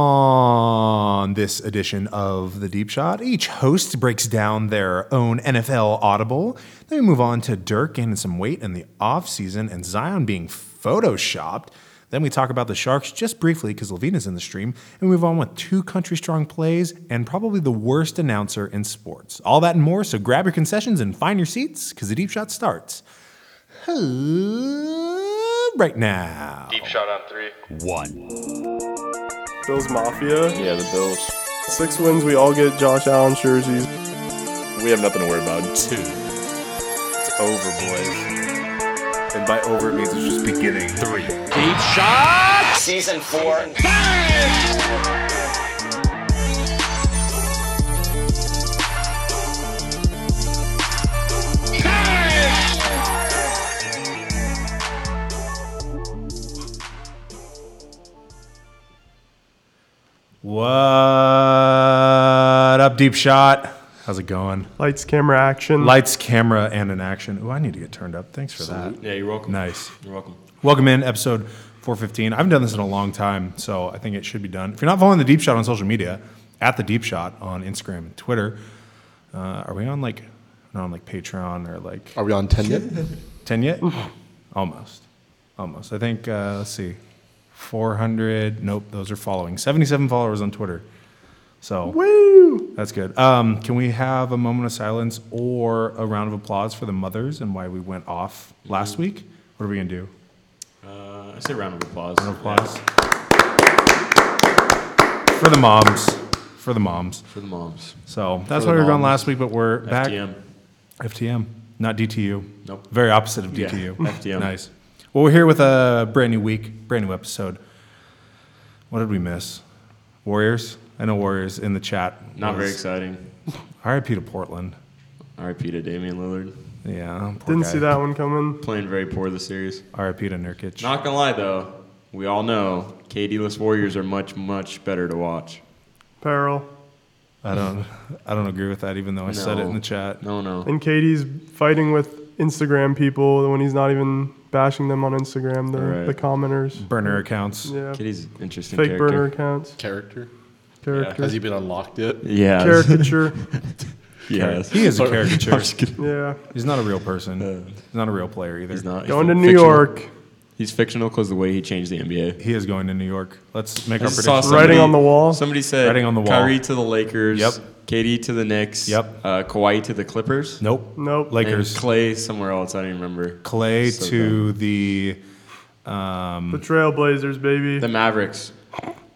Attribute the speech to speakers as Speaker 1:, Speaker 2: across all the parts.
Speaker 1: On this edition of The Deep Shot, each host breaks down their own NFL audible. Then we move on to Dirk gaining some weight in the offseason and Zion being photoshopped. Then we talk about the Sharks just briefly because Levina's in the stream and move on with two country strong plays and probably the worst announcer in sports. All that and more, so grab your concessions and find your seats because the Deep Shot starts right now.
Speaker 2: Deep shot on three.
Speaker 3: One.
Speaker 4: Bills Mafia.
Speaker 5: Yeah, the Bills.
Speaker 4: Six wins, we all get Josh Allen jerseys.
Speaker 5: We have nothing to worry about.
Speaker 3: Two.
Speaker 5: Over, boys. And by over, it means it's just beginning.
Speaker 3: Three.
Speaker 2: Season four.
Speaker 1: What up, Deep Shot? How's it going?
Speaker 4: Lights, camera, action.
Speaker 1: Lights, camera, and an action. Ooh, I need to get turned up. Thanks for that.
Speaker 6: Yeah, you're welcome.
Speaker 1: Nice.
Speaker 6: You're welcome.
Speaker 1: Welcome in, episode 415. I haven't done this in a long time, so I think it should be done. If you're not following The Deep Shot on social media, at The Deep Shot on Instagram and Twitter, uh, are we on like, not on like Patreon or like
Speaker 7: Are we on 10 yet?
Speaker 1: 10 yet? Almost. Almost. I think, uh, let's see, 400. Nope, those are following. 77 followers on Twitter. So, woo! That's good. Um, can we have a moment of silence or a round of applause for the mothers and why we went off last week? What are we going to do?
Speaker 6: Uh, I say round of applause.
Speaker 1: Round of applause. For the moms. For the moms.
Speaker 6: for the moms.
Speaker 1: So, that's
Speaker 7: the
Speaker 1: why we were gone
Speaker 7: moms.
Speaker 1: last week, but we're back.
Speaker 6: FTM.
Speaker 1: FTM, not DTU.
Speaker 6: Nope.
Speaker 1: Very opposite of
Speaker 6: Yeah,
Speaker 1: DTU.
Speaker 6: FTM.
Speaker 1: Nice. Well, we're here with a brand new week, brand new episode. What did we miss? Warriors. I know Warriors in the chat.
Speaker 6: Not very
Speaker 1: was-
Speaker 6: exciting.
Speaker 1: R.I.P. to Portland.
Speaker 6: R.I.P. to Damian Lillard.
Speaker 1: Yeah. poor
Speaker 4: Didn't
Speaker 1: guy.
Speaker 4: see that one coming.
Speaker 6: Playing very poor this series.
Speaker 1: R.I.P. to Nurkic.
Speaker 6: Not gonna lie though, we all know KD-less Warriors are much much better to watch.
Speaker 4: Peril.
Speaker 1: I don't. I don't agree with that, even though I said it in the chat.
Speaker 6: No, no.
Speaker 4: And Katie's fighting with Instagram people when he's not even bashing them on Instagram, the,
Speaker 6: Right.
Speaker 4: the commenters.
Speaker 1: Burner accounts.
Speaker 4: Yeah.
Speaker 6: KD's an interesting
Speaker 4: Fake
Speaker 6: character.
Speaker 4: burner accounts.
Speaker 7: Character?
Speaker 4: Character.
Speaker 7: Has he been unlocked yet?
Speaker 6: Yes.
Speaker 4: Caricature.
Speaker 6: Yes.
Speaker 1: He is a
Speaker 7: Sorry.
Speaker 1: caricature.
Speaker 6: I'm just kidding.
Speaker 4: yeah.
Speaker 1: He's not a real person. He's not a real player either.
Speaker 6: He's not. He's
Speaker 4: Going to New
Speaker 6: fictional.
Speaker 4: York.
Speaker 6: He's fictional because the way he changed the NBA.
Speaker 1: He is going to New York. Let's make
Speaker 6: I
Speaker 1: our
Speaker 6: just saw
Speaker 1: prediction.
Speaker 4: Right. Writing on the wall.
Speaker 6: Somebody said
Speaker 1: Writing on the wall.
Speaker 6: Kyrie to the Lakers.
Speaker 1: Yep.
Speaker 6: KD to the Knicks.
Speaker 1: Yep.
Speaker 6: Uh, Kawhi to the Clippers.
Speaker 1: Nope.
Speaker 4: Nope.
Speaker 6: And
Speaker 1: Lakers.
Speaker 6: Clay somewhere else. I don't even remember.
Speaker 1: Clay
Speaker 6: So
Speaker 1: to the
Speaker 4: The Trailblazers, baby.
Speaker 6: The Mavericks.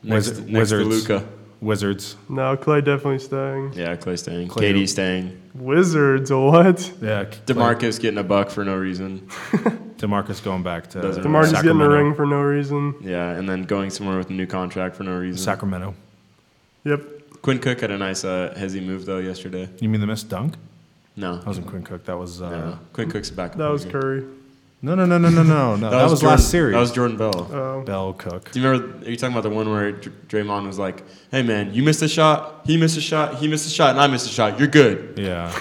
Speaker 6: Next,
Speaker 1: Wizard-
Speaker 6: next to
Speaker 1: Wizards.
Speaker 6: Luca.
Speaker 1: Wizards.
Speaker 4: no, Clay definitely staying.
Speaker 6: Yeah, Clay staying.
Speaker 1: Clay-
Speaker 6: KD staying.
Speaker 4: Wizards, what?
Speaker 1: Yeah, Clay-
Speaker 6: Demarcus getting a buck for no reason.
Speaker 1: Demarcus going back to
Speaker 6: Doesn't
Speaker 4: DeMarcus getting a
Speaker 1: Sacramento.
Speaker 4: ring for no reason.
Speaker 6: Yeah, and then going somewhere with a new contract for no reason.
Speaker 1: Sacramento.
Speaker 4: Yep.
Speaker 6: Quinn Cook had a nice uh, hezzy move though yesterday.
Speaker 1: You mean the missed dunk?
Speaker 6: No,
Speaker 1: That wasn't Quinn Cook. That was uh,
Speaker 6: no. Quinn Cook's a backup.
Speaker 4: That was
Speaker 6: player.
Speaker 4: Curry.
Speaker 1: no, no, no, no, no, no, no. That, was,
Speaker 6: Jordan,
Speaker 1: last series. Uh,
Speaker 6: That was Jordan Bell.
Speaker 4: Oh.
Speaker 1: Bell Cook.
Speaker 6: Do you remember? Are you talking about the one where Dr- Draymond was like, "Hey man, you missed a shot. He missed a shot. He missed a shot, and I missed a shot. You're good."
Speaker 1: Yeah,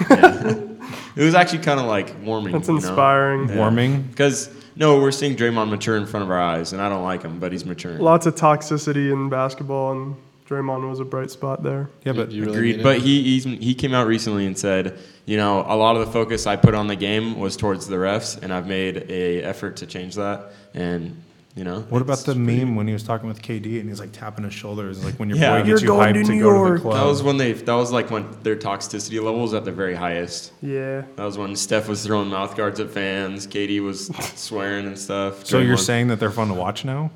Speaker 6: It was actually kind of like warming.
Speaker 4: That's
Speaker 6: you know?
Speaker 4: inspiring.
Speaker 1: warming.
Speaker 6: Because no, we're seeing Draymond mature in front of our eyes, and I don't like him, but he's maturing.
Speaker 4: Lots of toxicity in basketball, and Draymond was a bright spot there.
Speaker 1: Yeah, but
Speaker 7: You really mean
Speaker 6: Agreed.
Speaker 7: it?
Speaker 6: But he he's, he came out recently and said, you know, a lot of the focus I put on the game was towards the refs, and I've made a effort to change that. And you know,
Speaker 1: what about
Speaker 6: it's-
Speaker 1: the meme when he was talking with KD and he's like tapping his shoulders, like when your
Speaker 6: Yeah.
Speaker 1: boy
Speaker 6: You're
Speaker 1: gets you hyped
Speaker 4: going
Speaker 1: to,
Speaker 4: to New
Speaker 1: go to the
Speaker 4: York.
Speaker 1: club.
Speaker 6: That was when they that was like when their toxicity level was at the very highest.
Speaker 4: Yeah.
Speaker 6: That was when Steph was throwing mouth guards at fans. Katie was swearing and stuff.
Speaker 1: so you're
Speaker 6: Draymond-
Speaker 1: saying that they're fun to watch now?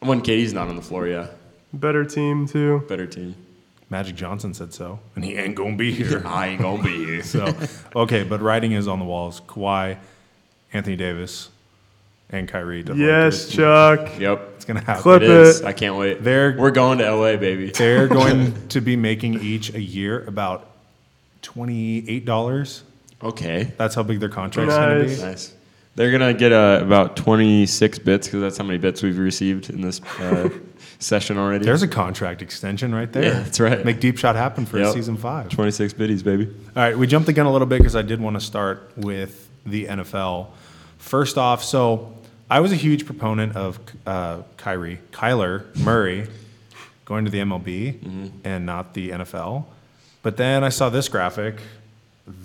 Speaker 6: when Katie's not on the floor, yeah,
Speaker 4: Better team, too.
Speaker 6: better team.
Speaker 1: Magic Johnson said so, and he ain't gonna be here.
Speaker 6: I ain't gonna be here.
Speaker 1: So, okay, but writing is on the walls. Kawhi, Anthony Davis, and Kyrie. to the
Speaker 4: Yes,
Speaker 1: Lakers.
Speaker 4: Chuck.
Speaker 6: Yep,
Speaker 1: it's gonna happen.
Speaker 4: Clip
Speaker 6: it is.
Speaker 4: it.
Speaker 6: I can't wait.
Speaker 1: They're-
Speaker 6: we're going to LA, baby.
Speaker 1: They're going to be making each a year about twenty-eight dollars.
Speaker 6: Okay,
Speaker 1: That's how big their contract's
Speaker 4: Nice.
Speaker 1: gonna
Speaker 6: nice. They're gonna get uh, about 26 bits because that's how many bits we've received in this uh, session already.
Speaker 1: be. There's a contract extension right there.
Speaker 6: Yeah, that's right.
Speaker 1: Make Deep Shot happen for
Speaker 6: Yep.
Speaker 1: season five.
Speaker 6: 26 biddies, baby.
Speaker 1: All right, we jumped the gun a little bit because I did want to start with the NFL. First off, so I was a huge proponent of uh, Kyrie, Kyler Murray going to the MLB and not the NFL. But then I saw this graphic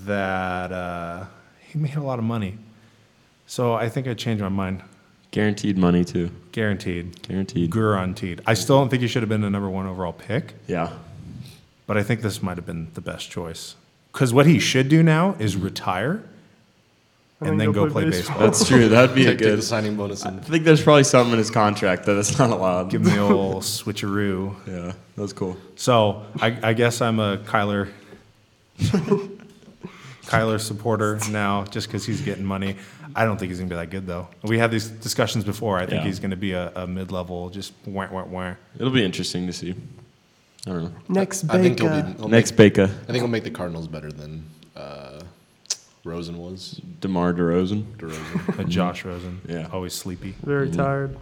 Speaker 1: that uh, he made a lot of money. So I think I changed my mind.
Speaker 6: Guaranteed money too.
Speaker 1: Guaranteed.
Speaker 6: Guaranteed.
Speaker 1: Guaranteed. I still don't think he should have been the number one overall pick,
Speaker 6: Yeah.
Speaker 1: but I think this might have been the best choice. Because what he should do now is retire and then go, play baseball.
Speaker 6: That's true. That'd be a
Speaker 3: Take, take
Speaker 6: good.
Speaker 3: the signing bonus and
Speaker 6: I think there's probably something in his contract that it's not allowed.
Speaker 1: Give him the old switcheroo.
Speaker 6: yeah, that was cool.
Speaker 1: So I, I guess I'm a Kyler Kyler supporter now, just because he's getting money. I don't think he's gonna be that good though. We had these discussions before. I think
Speaker 6: Yeah.
Speaker 1: he's gonna be a, a mid level, just wah, wah, wah.
Speaker 6: It'll be interesting to see. I don't know.
Speaker 4: Next
Speaker 3: I think he'll be.
Speaker 4: Baker.
Speaker 3: he'll
Speaker 6: Next
Speaker 3: make,
Speaker 6: Baker,
Speaker 3: I think he'll make the Cardinals better than uh, Rosen was.
Speaker 6: DeMar DeRozan.
Speaker 3: DeRozan.
Speaker 1: a Josh Rosen.
Speaker 6: Mm-hmm. Yeah.
Speaker 1: always sleepy.
Speaker 4: Very tired.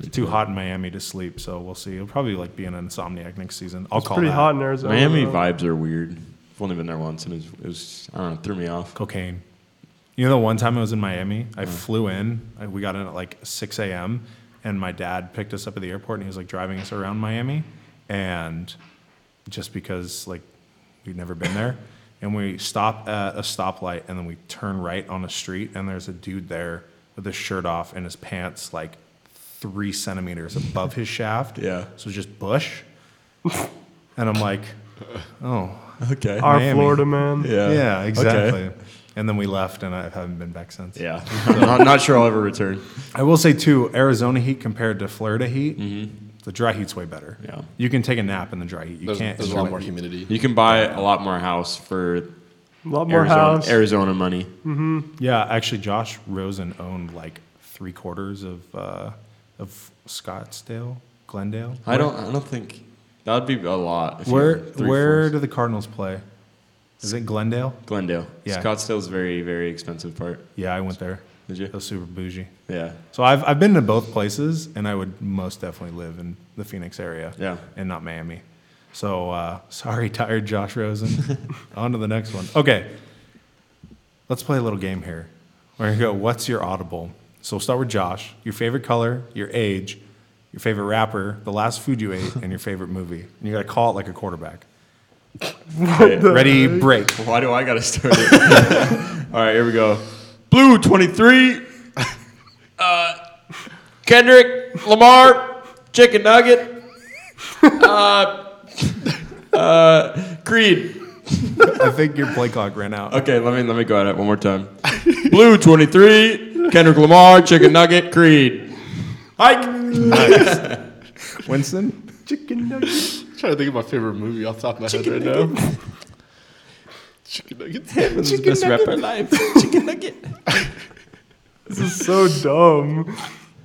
Speaker 1: It's too hot in Miami to sleep, so we'll see. He'll probably like be an insomniac next season. I'll call
Speaker 4: Pretty
Speaker 1: that.
Speaker 4: hot in Arizona.
Speaker 6: Miami
Speaker 4: though.
Speaker 6: vibes are weird. I've only been there once, and it was, it was I don't know, threw me off.
Speaker 1: cocaine. You know, the one time I was in Miami, I flew in. I, we got in at like 6 a.m. and my dad picked us up at the airport and he was like driving us around Miami. And just because like we'd never been there, and we stop at a stoplight and then we turn right on a street and there's a dude there with his shirt off and his pants like three centimeters above his shaft.
Speaker 6: Yeah.
Speaker 1: So just bush. and I'm like, oh,
Speaker 6: Okay.
Speaker 4: Our
Speaker 1: Miami.
Speaker 4: Florida man.
Speaker 6: yeah.
Speaker 1: yeah,
Speaker 6: Okay.
Speaker 1: exactly. And then we left, and I haven't been back since.
Speaker 6: Yeah. I'm not, not sure I'll ever return.
Speaker 1: I will say too, Arizona heat compared to Florida heat, the dry heat's way better.
Speaker 6: Yeah.
Speaker 1: you can take a nap in the dry heat. You
Speaker 3: There's,
Speaker 1: can't.
Speaker 3: there's a
Speaker 1: in the
Speaker 3: lot
Speaker 1: wet
Speaker 3: more
Speaker 1: heat.
Speaker 3: humidity.
Speaker 6: You can buy a lot more house for
Speaker 4: A lot more
Speaker 6: Arizona,
Speaker 4: house.
Speaker 6: Arizona money.
Speaker 1: Yeah, actually, Josh Rosen owned like three quarters of uh, of Scottsdale, Glendale.
Speaker 6: I don't. I don't think that'd be a lot. if you
Speaker 1: Where
Speaker 6: had three
Speaker 1: where
Speaker 6: fourths.
Speaker 1: do the Cardinals play? Is it Glendale?
Speaker 6: Glendale.
Speaker 1: Yeah.
Speaker 6: Scottsdale's very very expensive part.
Speaker 1: Yeah, I went there.
Speaker 6: Did
Speaker 1: It
Speaker 6: you?
Speaker 1: was super bougie.
Speaker 6: Yeah.
Speaker 1: So I've I've been to both places, and I would most definitely live in the Phoenix area.
Speaker 6: Yeah.
Speaker 1: and not Miami. So uh, sorry, tired Josh Rosen. on to the next one. Okay, let's play a little game here. We're gonna go. What's your audible? So we'll start with Josh. Your favorite color, your age, your favorite rapper, the last food you ate, and your favorite movie. And you gotta call it like a quarterback. Ready, break.
Speaker 6: Why do I gotta start it? All right, here we go. Blue twenty three. Uh, Kendrick Lamar, chicken nugget. Uh, uh, Creed.
Speaker 1: I think your play clock ran out.
Speaker 6: Okay, let me let me go at it one more time. Blue twenty three. Kendrick Lamar, chicken nugget. Creed. Hike.
Speaker 1: Winston.
Speaker 4: Chicken nuggets.
Speaker 3: I'm trying to think of my favorite movie off the top of my head right now. Chicken nuggets.
Speaker 6: This is best rapper life. Chicken nugget.
Speaker 4: This is so dumb.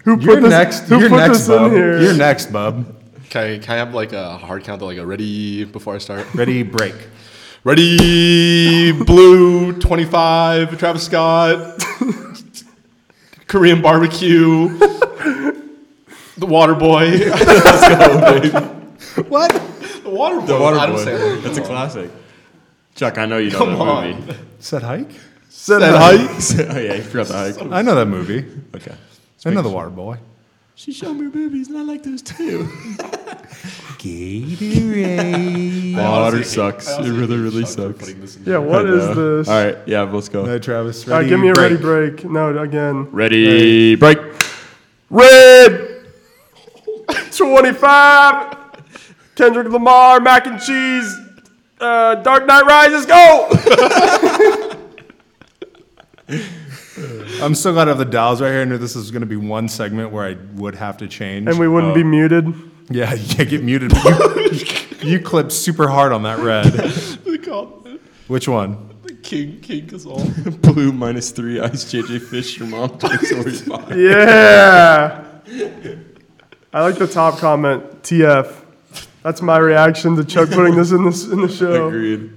Speaker 4: Who put
Speaker 1: You're
Speaker 4: this,
Speaker 1: next.
Speaker 4: Who
Speaker 1: You're
Speaker 4: put
Speaker 1: next,
Speaker 4: this
Speaker 1: bub.
Speaker 4: in here?
Speaker 1: You're next, bub.
Speaker 3: Can I, can I have like a hard count to like a ready before I start?
Speaker 1: Ready, break.
Speaker 3: Ready, blue, 25, Travis Scott, Korean barbecue, the water boy.
Speaker 1: What?
Speaker 3: the water boy. The
Speaker 6: Waterboy. That's a classic. Chuck, I know you know
Speaker 3: Come
Speaker 6: that
Speaker 3: on.
Speaker 6: movie.
Speaker 1: Said hike?
Speaker 3: That height.
Speaker 6: oh yeah, you forgot the hike.
Speaker 1: I know that movie.
Speaker 6: Okay.
Speaker 1: I know the water boy.
Speaker 6: She showed me boobies, and I like those too.
Speaker 1: Gatorade.
Speaker 6: Water sucks.
Speaker 3: I
Speaker 6: It
Speaker 3: honestly
Speaker 6: really,
Speaker 3: hate
Speaker 6: really
Speaker 3: Chuck for
Speaker 6: sucks.
Speaker 3: putting this in.
Speaker 4: yeah, What is this?
Speaker 6: All right, yeah, let's go.
Speaker 1: No, Travis.
Speaker 4: All
Speaker 1: Ready,
Speaker 4: right, give me a
Speaker 1: break.
Speaker 4: ready break. No, again.
Speaker 6: Ready, break.
Speaker 4: Red 25. Kendrick Lamar, mac and cheese. Uh, Dark Knight Rises, go!
Speaker 1: I'm so glad I have the dials right here. I knew this is going to be one segment where I would have to change. Oh.
Speaker 4: And we wouldn't be muted.
Speaker 1: yeah, you can't get muted. but You, you clipped super hard on that red.
Speaker 3: They call it
Speaker 1: Which one?
Speaker 3: the King, King Gasol.
Speaker 6: Blue minus three. Ice JJ Fish. Your mom takes over your body.
Speaker 4: Yeah. I like the top comment, TF. That's my reaction to Chuck putting this in this in the show.
Speaker 6: Agreed.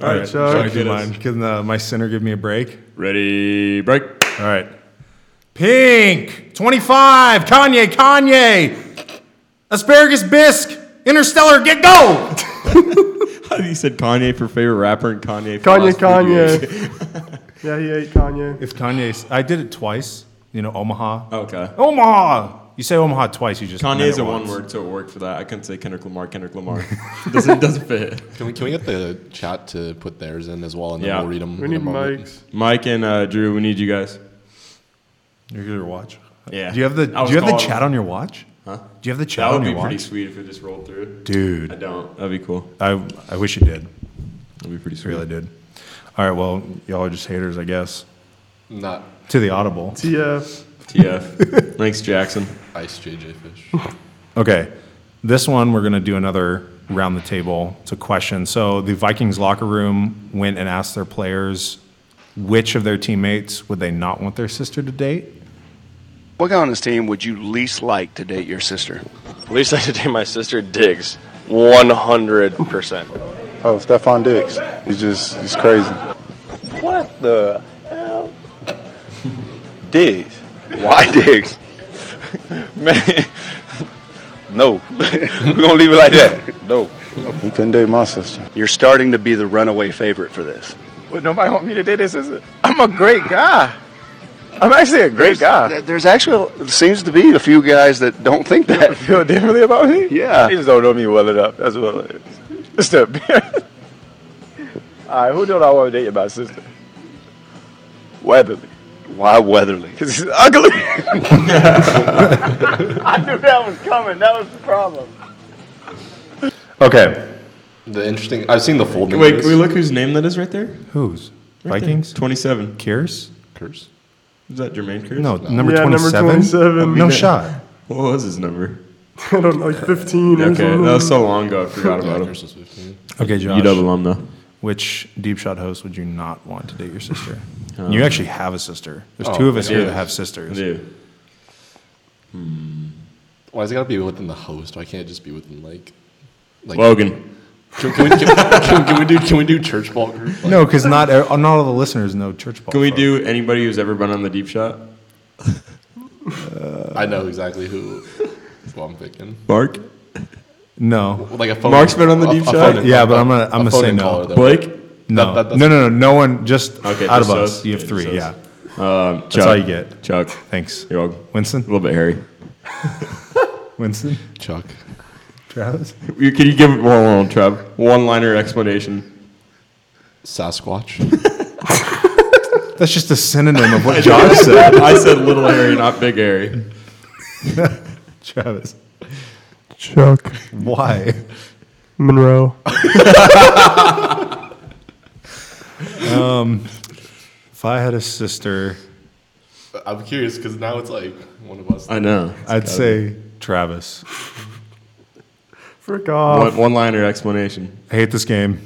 Speaker 1: All right,
Speaker 4: Chuck.
Speaker 1: Chuck, do
Speaker 6: Get us.
Speaker 1: mine. Can uh, my center give me a break?
Speaker 6: Ready, break.
Speaker 1: All right. Pink, 25, Kanye, Kanye, asparagus bisque, interstellar, get go.
Speaker 6: You said Kanye for favorite rapper and Kanye. For
Speaker 4: Kanye,
Speaker 6: last video.
Speaker 4: Kanye. yeah, he ate Kanye.
Speaker 1: If Kanye's, I did it twice. You know, Omaha.
Speaker 6: Okay.
Speaker 1: Omaha. You say Omaha twice. You just
Speaker 6: Kanye's
Speaker 1: meant
Speaker 6: a
Speaker 1: it
Speaker 6: one
Speaker 1: once.
Speaker 6: word, so it worked for that. I couldn't say Kendrick Lamar, Kendrick Lamar. doesn't, doesn't fit.
Speaker 3: Can we, can we get the chat to put theirs in as well, and then
Speaker 6: Yeah.
Speaker 3: we'll read them.
Speaker 4: We need mics.
Speaker 6: Mike and uh, Drew, we need you guys.
Speaker 1: Your, your watch.
Speaker 6: Yeah.
Speaker 1: Do you have the
Speaker 6: I was
Speaker 1: Do you have the
Speaker 6: calling-
Speaker 1: chat on your watch?
Speaker 6: Huh?
Speaker 1: Do you have the chat
Speaker 6: That would
Speaker 1: on
Speaker 6: be
Speaker 1: your
Speaker 6: pretty
Speaker 1: watch?
Speaker 6: sweet if it just rolled through. I
Speaker 1: Dude,
Speaker 6: don't. That'd be cool.
Speaker 1: I I wish you did.
Speaker 6: That'd be pretty sweet.
Speaker 1: Really did. All right. Well, y'all are just haters, I guess.
Speaker 3: Not
Speaker 1: To the audible.
Speaker 4: TF.
Speaker 6: TF. Thanks, Jackson.
Speaker 3: Ice JJ Fish.
Speaker 1: Okay. This one, we're going to do another round the table to question. So the Vikings locker room went and asked their players which of their teammates would they not want their sister to date?
Speaker 7: What guy on this team would you least like to date your sister?
Speaker 2: Least I could date my sister digs. 100%.
Speaker 8: Oh, Stephon Diggs. He's just, he's crazy.
Speaker 7: What the hell? Diggs. Why Diggs? Man, no. We're gonna leave it like that. No.
Speaker 8: He couldn't date my sister.
Speaker 7: You're starting to be the runaway favorite for this.
Speaker 8: Would nobody want me to date his sister? I'm a great guy. I'm actually a great guy.
Speaker 7: There- There's actually seems to be a few guys that don't think that.
Speaker 8: Feel differently about me?
Speaker 7: Yeah.
Speaker 8: They just don't know me well enough. That's what it is. It's the appearance. All right, who don't I want to date my sister? Weatherly.
Speaker 7: Why Weatherly?
Speaker 8: Because he's ugly.
Speaker 1: Okay.
Speaker 3: The interesting. I've seen the folding.
Speaker 6: Wait, can we look whose name that is right there?
Speaker 1: Who's?
Speaker 6: Right there.
Speaker 1: Vikings?
Speaker 6: 27.
Speaker 1: Kiers?
Speaker 3: Curse.
Speaker 6: Is that Jermaine Curse?
Speaker 1: No, number
Speaker 4: Yeah, number
Speaker 1: 27?
Speaker 4: 27.
Speaker 1: No shot.
Speaker 6: What was his number?
Speaker 4: I don't know, like 15 or
Speaker 6: Okay, that
Speaker 4: something.
Speaker 6: was so long ago, I forgot
Speaker 3: Yeah,
Speaker 6: about him.
Speaker 3: Curse was 15.
Speaker 1: Okay,
Speaker 6: UW
Speaker 1: Josh.
Speaker 6: alum, though.
Speaker 1: Which deep shot host would you not want to date your sister?
Speaker 6: Uh,
Speaker 1: you actually have a sister. There's
Speaker 6: oh,
Speaker 1: two of us here
Speaker 6: yeah.
Speaker 1: that have sisters.
Speaker 6: Dude.
Speaker 3: Why has it got to be within the host? Why can't it just be within like? Like
Speaker 6: Logan.
Speaker 3: Can, can we, can, can, can we do can we do church ball group? Like,
Speaker 1: No, because not e, uh, not all the listeners know church ball.
Speaker 6: Can we
Speaker 1: folk.
Speaker 6: do anybody who's ever been on the deep shot?
Speaker 3: I know exactly who. Who I'm picking.
Speaker 6: Mark?
Speaker 1: No.
Speaker 3: Like a phone.
Speaker 6: Mark's been on the
Speaker 3: a-
Speaker 6: deep
Speaker 3: a
Speaker 6: shot?
Speaker 3: phone-
Speaker 1: Yeah, but
Speaker 3: a-
Speaker 1: I'm gonna-
Speaker 3: a
Speaker 1: I'm gonna
Speaker 3: phone
Speaker 1: say
Speaker 3: in
Speaker 1: no.
Speaker 3: caller, though.
Speaker 6: Blake?
Speaker 1: No.
Speaker 3: that- that's-
Speaker 1: no, no, no. No one. Just
Speaker 6: Okay,
Speaker 1: out of
Speaker 6: just
Speaker 1: us.
Speaker 6: us.
Speaker 1: You have
Speaker 6: Yeah,
Speaker 1: three.
Speaker 6: just
Speaker 1: Yeah.
Speaker 6: us. Um, Chuck.
Speaker 1: all you get.
Speaker 6: Chuck.
Speaker 1: Thanks.
Speaker 6: You're welcome.
Speaker 1: Winston?
Speaker 6: A little bit hairy.
Speaker 1: Winston?
Speaker 3: Chuck.
Speaker 1: Travis?
Speaker 6: You- Can you give it one, one, Trev? One liner explanation.
Speaker 3: Sasquatch.
Speaker 1: That's just a synonym of what Josh said.
Speaker 6: I said little hairy, not big hairy.
Speaker 1: Travis.
Speaker 4: Chuck
Speaker 1: Why?
Speaker 4: Monroe.
Speaker 1: If I had a sister,
Speaker 3: I'm curious because now it's like one of us.
Speaker 6: I know.
Speaker 1: I'd say Travis.
Speaker 4: Frick off.
Speaker 6: One, one liner explanation.
Speaker 1: I hate this game.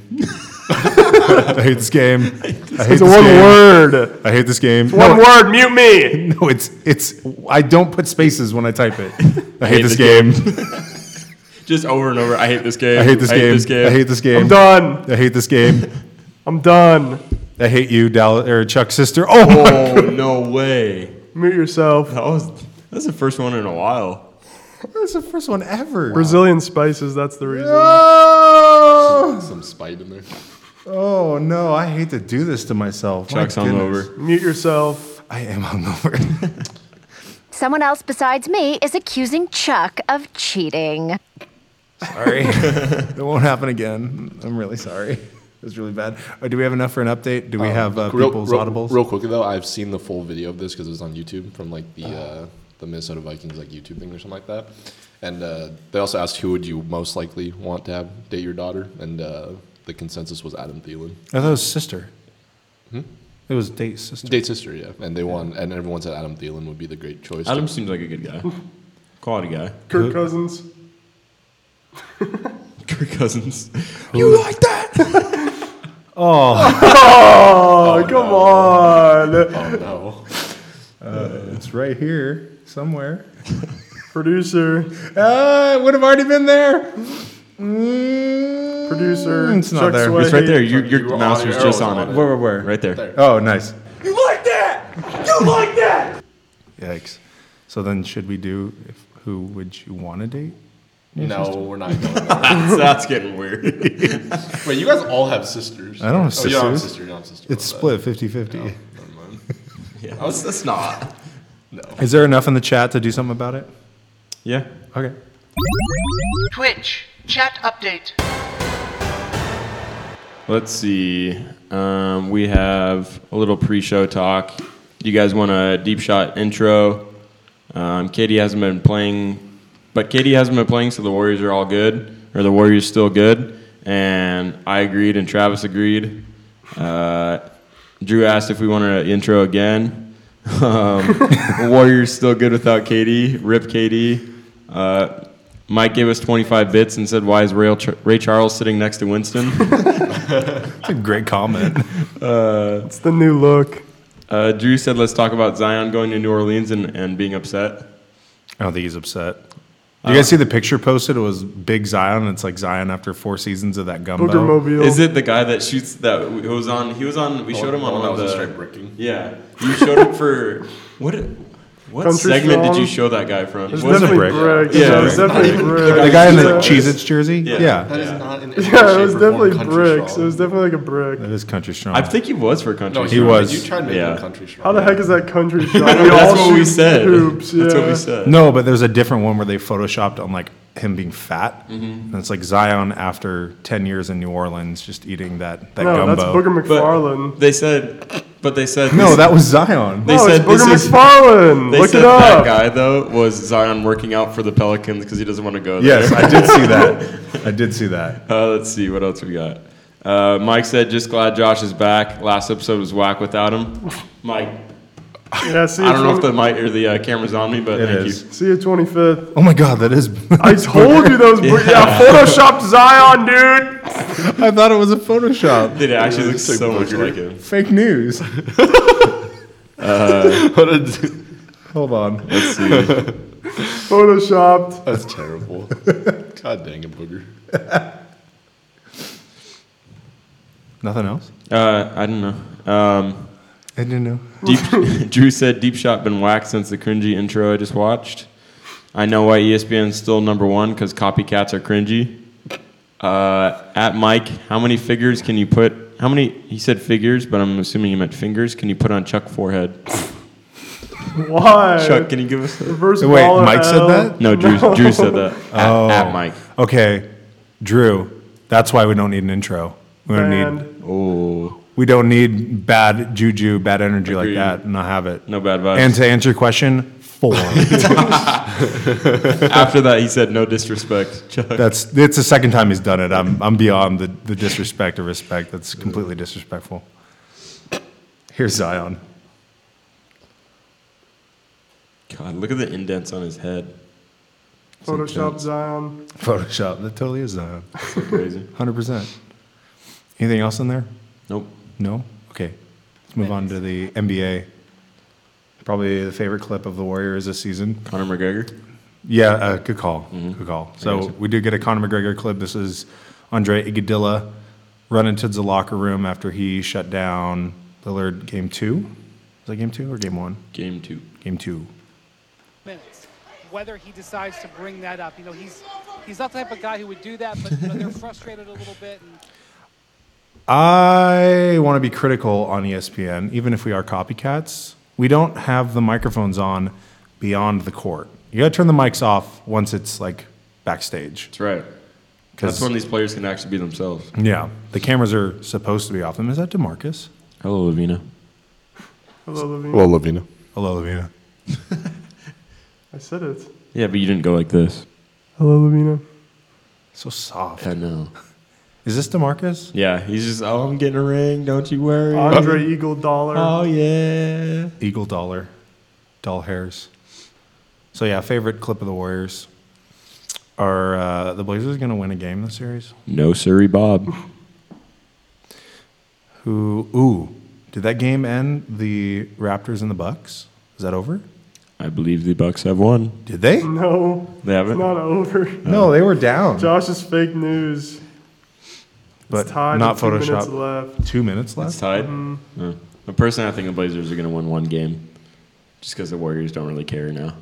Speaker 1: I hate this game. I hate
Speaker 4: It's
Speaker 1: this
Speaker 4: one
Speaker 1: game.
Speaker 4: word.
Speaker 1: I hate this game.
Speaker 4: One
Speaker 1: no,
Speaker 4: word. Mute me.
Speaker 1: no, it's it's. I don't put spaces when I type it. I hate this game.
Speaker 6: Just over and over. I hate this game.
Speaker 1: I hate this game. I hate this
Speaker 4: I'm
Speaker 1: game.
Speaker 4: done.
Speaker 1: I hate this game.
Speaker 4: I'm done.
Speaker 1: I hate you, Dallas or Chuck's sister. Oh, my
Speaker 6: Oh no way!
Speaker 4: Mute yourself.
Speaker 6: That was that's the first one in a while.
Speaker 1: That's the first one ever.
Speaker 4: Brazilian spices. That's the reason.
Speaker 1: Oh,
Speaker 3: Some spite in there.
Speaker 1: oh no! I hate to do this to myself. My
Speaker 6: Chuck's
Speaker 1: goodness.
Speaker 6: hungover.
Speaker 4: Mute yourself.
Speaker 1: I am hungover.
Speaker 9: Someone else besides me is accusing Chuck of cheating.
Speaker 1: sorry, it won't happen again. I'm really sorry. It was really bad. Uh, do we have enough for an update? Do we have uh, people's audibles?
Speaker 3: real quick though, I've seen the full video of this because it was on YouTube from like
Speaker 1: Oh.
Speaker 3: the uh, the Minnesota Vikings like YouTube thing or something like that. And uh, they also asked who would you most likely want to have date your daughter, and uh, the consensus was Adam Thielen,
Speaker 1: I thought it was sister.
Speaker 2: Hmm?
Speaker 1: It was date sister.
Speaker 3: date sister, yeah. And they won, and everyone said Adam Thielen would be the great choice.
Speaker 6: Adam seems like a good guy, quality guy.
Speaker 4: Kirk Cousins.
Speaker 6: Kirk Cousins. You like that?
Speaker 4: Oh, come on.
Speaker 3: oh no,
Speaker 1: It's right here somewhere.
Speaker 4: Producer.
Speaker 1: Uh, it would have already been there. Mm,
Speaker 4: Producer.
Speaker 1: It's not
Speaker 4: Chuck
Speaker 1: there.
Speaker 4: Sway.
Speaker 6: It's right there. Your, your
Speaker 3: You were
Speaker 6: mouse
Speaker 3: on
Speaker 6: was
Speaker 3: it.
Speaker 6: just
Speaker 3: Arrow
Speaker 6: on
Speaker 3: was
Speaker 6: it.
Speaker 3: on
Speaker 1: Where, where, where?
Speaker 6: Right there.
Speaker 1: Oh, nice.
Speaker 2: Like that! You like that!
Speaker 1: Yikes. So then, should we do if, who would you want to date?
Speaker 3: no, we're not going. There.
Speaker 6: That's getting weird.
Speaker 3: Wait, you guys all have sisters.
Speaker 1: I don't have
Speaker 3: Oh, you don't have a
Speaker 1: sisters.
Speaker 3: sister. You don't have a sister.
Speaker 1: It's
Speaker 3: Oh,
Speaker 1: split 50 50.
Speaker 3: that- Never mind.
Speaker 6: Yeah, that's, that's not.
Speaker 1: Is there enough in the chat to do something about it?
Speaker 6: Yeah.
Speaker 1: Okay.
Speaker 10: Twitch chat update.
Speaker 6: Let's see. Um, we have a little pre-show talk. You guys want a deep shot intro? Um, Katie hasn't been playing, but Katie hasn't been playing, so the Warriors are all good, or the Warriors still good. And I agreed, and Travis agreed. Uh, Drew asked if we wanted an intro again. Um, Warriors still good without Katie. Rip Katie. Uh, Mike gave us 25 bits and said, "Why is Ray, Ray Charles sitting next to Winston?"
Speaker 1: That's a great comment.
Speaker 6: Uh,
Speaker 4: it's the new look.
Speaker 6: Uh, Drew said, "Let's talk about Zion going to New Orleans and, and being upset."
Speaker 1: I don't think he's upset. You guys see the picture posted? It was Big Zion. It's like Zion after four seasons of that gumbo.
Speaker 4: Boogermobile.
Speaker 6: Is it the guy that shoots that who was on? He was on. We
Speaker 3: Oh,
Speaker 6: showed him
Speaker 3: the
Speaker 6: on
Speaker 3: one that
Speaker 6: one of
Speaker 3: was in
Speaker 6: the.
Speaker 3: straight bricking?
Speaker 6: Yeah, you showed him for what? What
Speaker 4: Country
Speaker 6: segment did you
Speaker 4: Strong?
Speaker 6: show that guy from?
Speaker 4: It's
Speaker 6: Was it-
Speaker 4: definitely
Speaker 1: Brick?
Speaker 4: Greg. Yeah,
Speaker 6: Yeah,
Speaker 4: it
Speaker 6: it
Speaker 4: was
Speaker 6: was
Speaker 4: definitely Greg.
Speaker 1: The guy in the
Speaker 4: Yeah.
Speaker 1: Cheez Its jersey?
Speaker 6: Yeah.
Speaker 3: That is not in any
Speaker 4: Yeah, it
Speaker 3: shape
Speaker 4: was
Speaker 3: or form
Speaker 4: definitely
Speaker 3: country
Speaker 4: bricks.
Speaker 3: strong.
Speaker 4: It was definitely like a brick.
Speaker 1: That is country strong.
Speaker 6: I think he was for country.
Speaker 3: No,
Speaker 1: He was.
Speaker 3: You tried making
Speaker 6: Yeah.
Speaker 3: him country strong.
Speaker 4: How the heck is that country shot?
Speaker 6: Strong. That's what we
Speaker 4: shoot
Speaker 6: said.
Speaker 4: Hoops. Yeah.
Speaker 6: That's what we said.
Speaker 1: no, but there's a different one where they photoshopped on like him being fat,
Speaker 4: Mm-hmm.
Speaker 1: and it's like Zion after ten years in New Orleans, just eating that that
Speaker 4: No,
Speaker 1: gumbo.
Speaker 4: that's Booger
Speaker 6: But
Speaker 4: McFarlane.
Speaker 6: they said, but they said
Speaker 1: no, that was Zion.
Speaker 6: They
Speaker 4: no,
Speaker 6: said
Speaker 4: it's
Speaker 6: this
Speaker 4: Booger
Speaker 6: is-
Speaker 4: McFarlane.
Speaker 6: They
Speaker 4: Look
Speaker 6: said
Speaker 4: it
Speaker 6: that
Speaker 4: up.
Speaker 6: guy though was Zion working out for the Pelicans because he doesn't want to go there.
Speaker 1: yes, I did see that. I did see that.
Speaker 6: Uh, let's see what else we got. Uh, Mike said, "Just glad Josh is back. Last episode was whack without him." Mike,
Speaker 4: Yeah, see,
Speaker 6: I don't know if
Speaker 4: it's
Speaker 6: the mic or the uh, camera's on me, but
Speaker 1: It
Speaker 6: thank
Speaker 1: is.
Speaker 6: you.
Speaker 4: See you 25th.
Speaker 1: Oh my god, that is.
Speaker 4: I told you those. Yeah, yeah Photoshop Zion, dude.
Speaker 1: I thought it was a Photoshop.
Speaker 6: It actually looks so much like him.
Speaker 1: Fake news.
Speaker 3: What a-
Speaker 1: Hold on.
Speaker 4: Photoshopped.
Speaker 3: That's terrible. God dang it, booger.
Speaker 1: Nothing else.
Speaker 6: Uh, I don't know. Um,
Speaker 1: I didn't know.
Speaker 6: deep, Drew said, "Deep shot been whacked since the cringy intro I just watched." I know why E ESPN's still number one because copycats are cringy. Uh, at Mike, how many figures can you put? How many? He said figures, but I'm assuming he meant fingers. Can you put on Chuck forehead?
Speaker 4: Why?
Speaker 6: Chuck, can you give us? A-
Speaker 4: Reverse
Speaker 1: Wait,
Speaker 4: baller
Speaker 1: Mike said
Speaker 4: L.
Speaker 1: that?
Speaker 6: No, Drew, Drew said that. At, at Mike.
Speaker 1: Okay, Drew. That's why we don't need an intro. We don't need.
Speaker 4: And
Speaker 6: Oh,
Speaker 1: We don't need bad juju, bad energy
Speaker 6: Agreed.
Speaker 1: like that. Not have it.
Speaker 6: no bad vibes.
Speaker 1: And to answer your question, four.
Speaker 6: After that, he said, "No disrespect, Chuck."
Speaker 1: That's it's the second time he's done it. I'm I'm beyond the, the disrespect or respect. That's completely disrespectful. Here's Zion.
Speaker 6: God, look at the indents on his head.
Speaker 4: Photoshop Zion.
Speaker 1: Photoshop. That totally is Zion.
Speaker 6: Crazy.
Speaker 1: Hundred percent. Anything else in there?
Speaker 6: Nope.
Speaker 1: No? Okay. Let's move on to the NBA. Probably the favorite clip of the Warriors this season.
Speaker 6: Conor McGregor.
Speaker 1: Yeah, uh, good call. Good call. So we did get a Conor McGregor clip. This is Andre Iguodala running to the locker room after he shut down Lillard game two. Is that game two or game one?
Speaker 6: Game two.
Speaker 1: Game two.
Speaker 11: minutes. Whether he decides to bring that up, you know, he's he's not the type of guy who would do that, but you know, they're frustrated a little bit. And
Speaker 1: I want to be critical on E ESPN, even if we are copycats. We don't have the microphones on beyond the court. You got to turn the mics off once it's like backstage.
Speaker 6: That's right.
Speaker 1: 'Cause-
Speaker 6: That's when these players can actually be themselves.
Speaker 1: Yeah, the cameras are supposed to be off them. Is that Demarcus?
Speaker 6: Hello, Lavina.
Speaker 4: Hello, Levine.
Speaker 3: Well, Lavina.
Speaker 1: Hello, Lavina.
Speaker 4: I said it.
Speaker 6: Yeah, but you didn't go like this.
Speaker 4: Hello, Lavina.
Speaker 1: So soft.
Speaker 6: I know.
Speaker 1: Is this Demarcus?
Speaker 6: Yeah, he's just. Oh, I'm getting a ring. Don't you worry.
Speaker 4: Andre Eagle Dollar.
Speaker 6: Oh yeah.
Speaker 1: Eagle dollar, doll hairs. So yeah, favorite clip of the Warriors. Are uh, the Blazers going to win a game this series?
Speaker 6: No, sorry, Bob.
Speaker 1: Who? Ooh, did that game end? The Raptors and the Bucks. Is that over?
Speaker 6: I believe the Bucks have won.
Speaker 1: Did they?
Speaker 4: Mm-hmm. no,
Speaker 6: They haven't.
Speaker 4: not over.
Speaker 1: No, they were down.
Speaker 4: Josh is fake news.
Speaker 1: but
Speaker 4: It's tied
Speaker 1: not
Speaker 4: with two minutes
Speaker 1: Photoshop.
Speaker 4: left.
Speaker 1: Two minutes
Speaker 6: It's
Speaker 1: left.
Speaker 6: tied.
Speaker 4: Mm-hmm.
Speaker 6: Yeah. But personally, I think the Blazers are going to win one game, just because the Warriors don't really care now.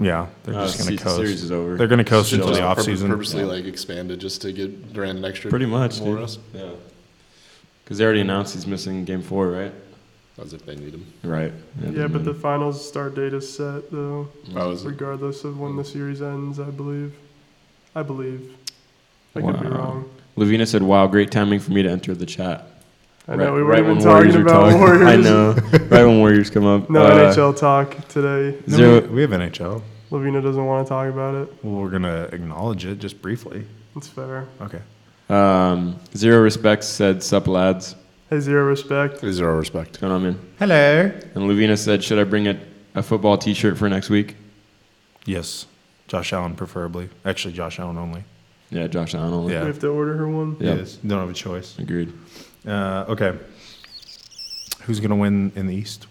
Speaker 1: Yeah, they're
Speaker 6: Uh,
Speaker 1: just going
Speaker 6: se-
Speaker 1: to coast.
Speaker 6: series is over.
Speaker 1: They're going to coast
Speaker 3: Should
Speaker 1: until the
Speaker 3: just purpose-
Speaker 1: offseason.
Speaker 3: Purposely like expanded just to get Durant an extra.
Speaker 6: Pretty much,
Speaker 3: more
Speaker 6: dude.
Speaker 3: rest.
Speaker 6: Yeah. Because they already announced he's missing game four, right?
Speaker 3: As if they need him.
Speaker 6: Right.
Speaker 4: Yeah, but the finals start date is set though,
Speaker 3: Oh, is it?
Speaker 4: regardless of when the series ends. I believe. I believe. I could be wrong.
Speaker 6: Lavina said, "Wow, great timing for me to enter the chat."
Speaker 4: I know, we weren't even
Speaker 6: when
Speaker 4: talking
Speaker 6: were
Speaker 4: about Warriors.
Speaker 6: I know. right when Warriors come up.
Speaker 4: No
Speaker 6: Uh,
Speaker 4: NHL talk today.
Speaker 6: Zero-
Speaker 1: we have NHL.
Speaker 4: Lavina doesn't want to talk about it.
Speaker 1: Well, we're gonna acknowledge it just briefly.
Speaker 4: It's fair.
Speaker 1: Okay.
Speaker 6: Um, zero respects said, "Sup lads."
Speaker 4: Hey, zero respect.
Speaker 3: Zero respect.
Speaker 6: Going on, man.
Speaker 1: Hello.
Speaker 6: And Lavina said, "Should I bring a, a football T-shirt for next week?"
Speaker 1: Yes, Josh Allen preferably. Actually, Josh Allen only.
Speaker 6: Yeah, Josh Allen only.
Speaker 1: Yeah.
Speaker 4: We have to order her one.
Speaker 6: Yeah.
Speaker 1: Yes. Don't have a choice.
Speaker 6: Agreed.
Speaker 1: Uh, okay. Who's gonna win in the East?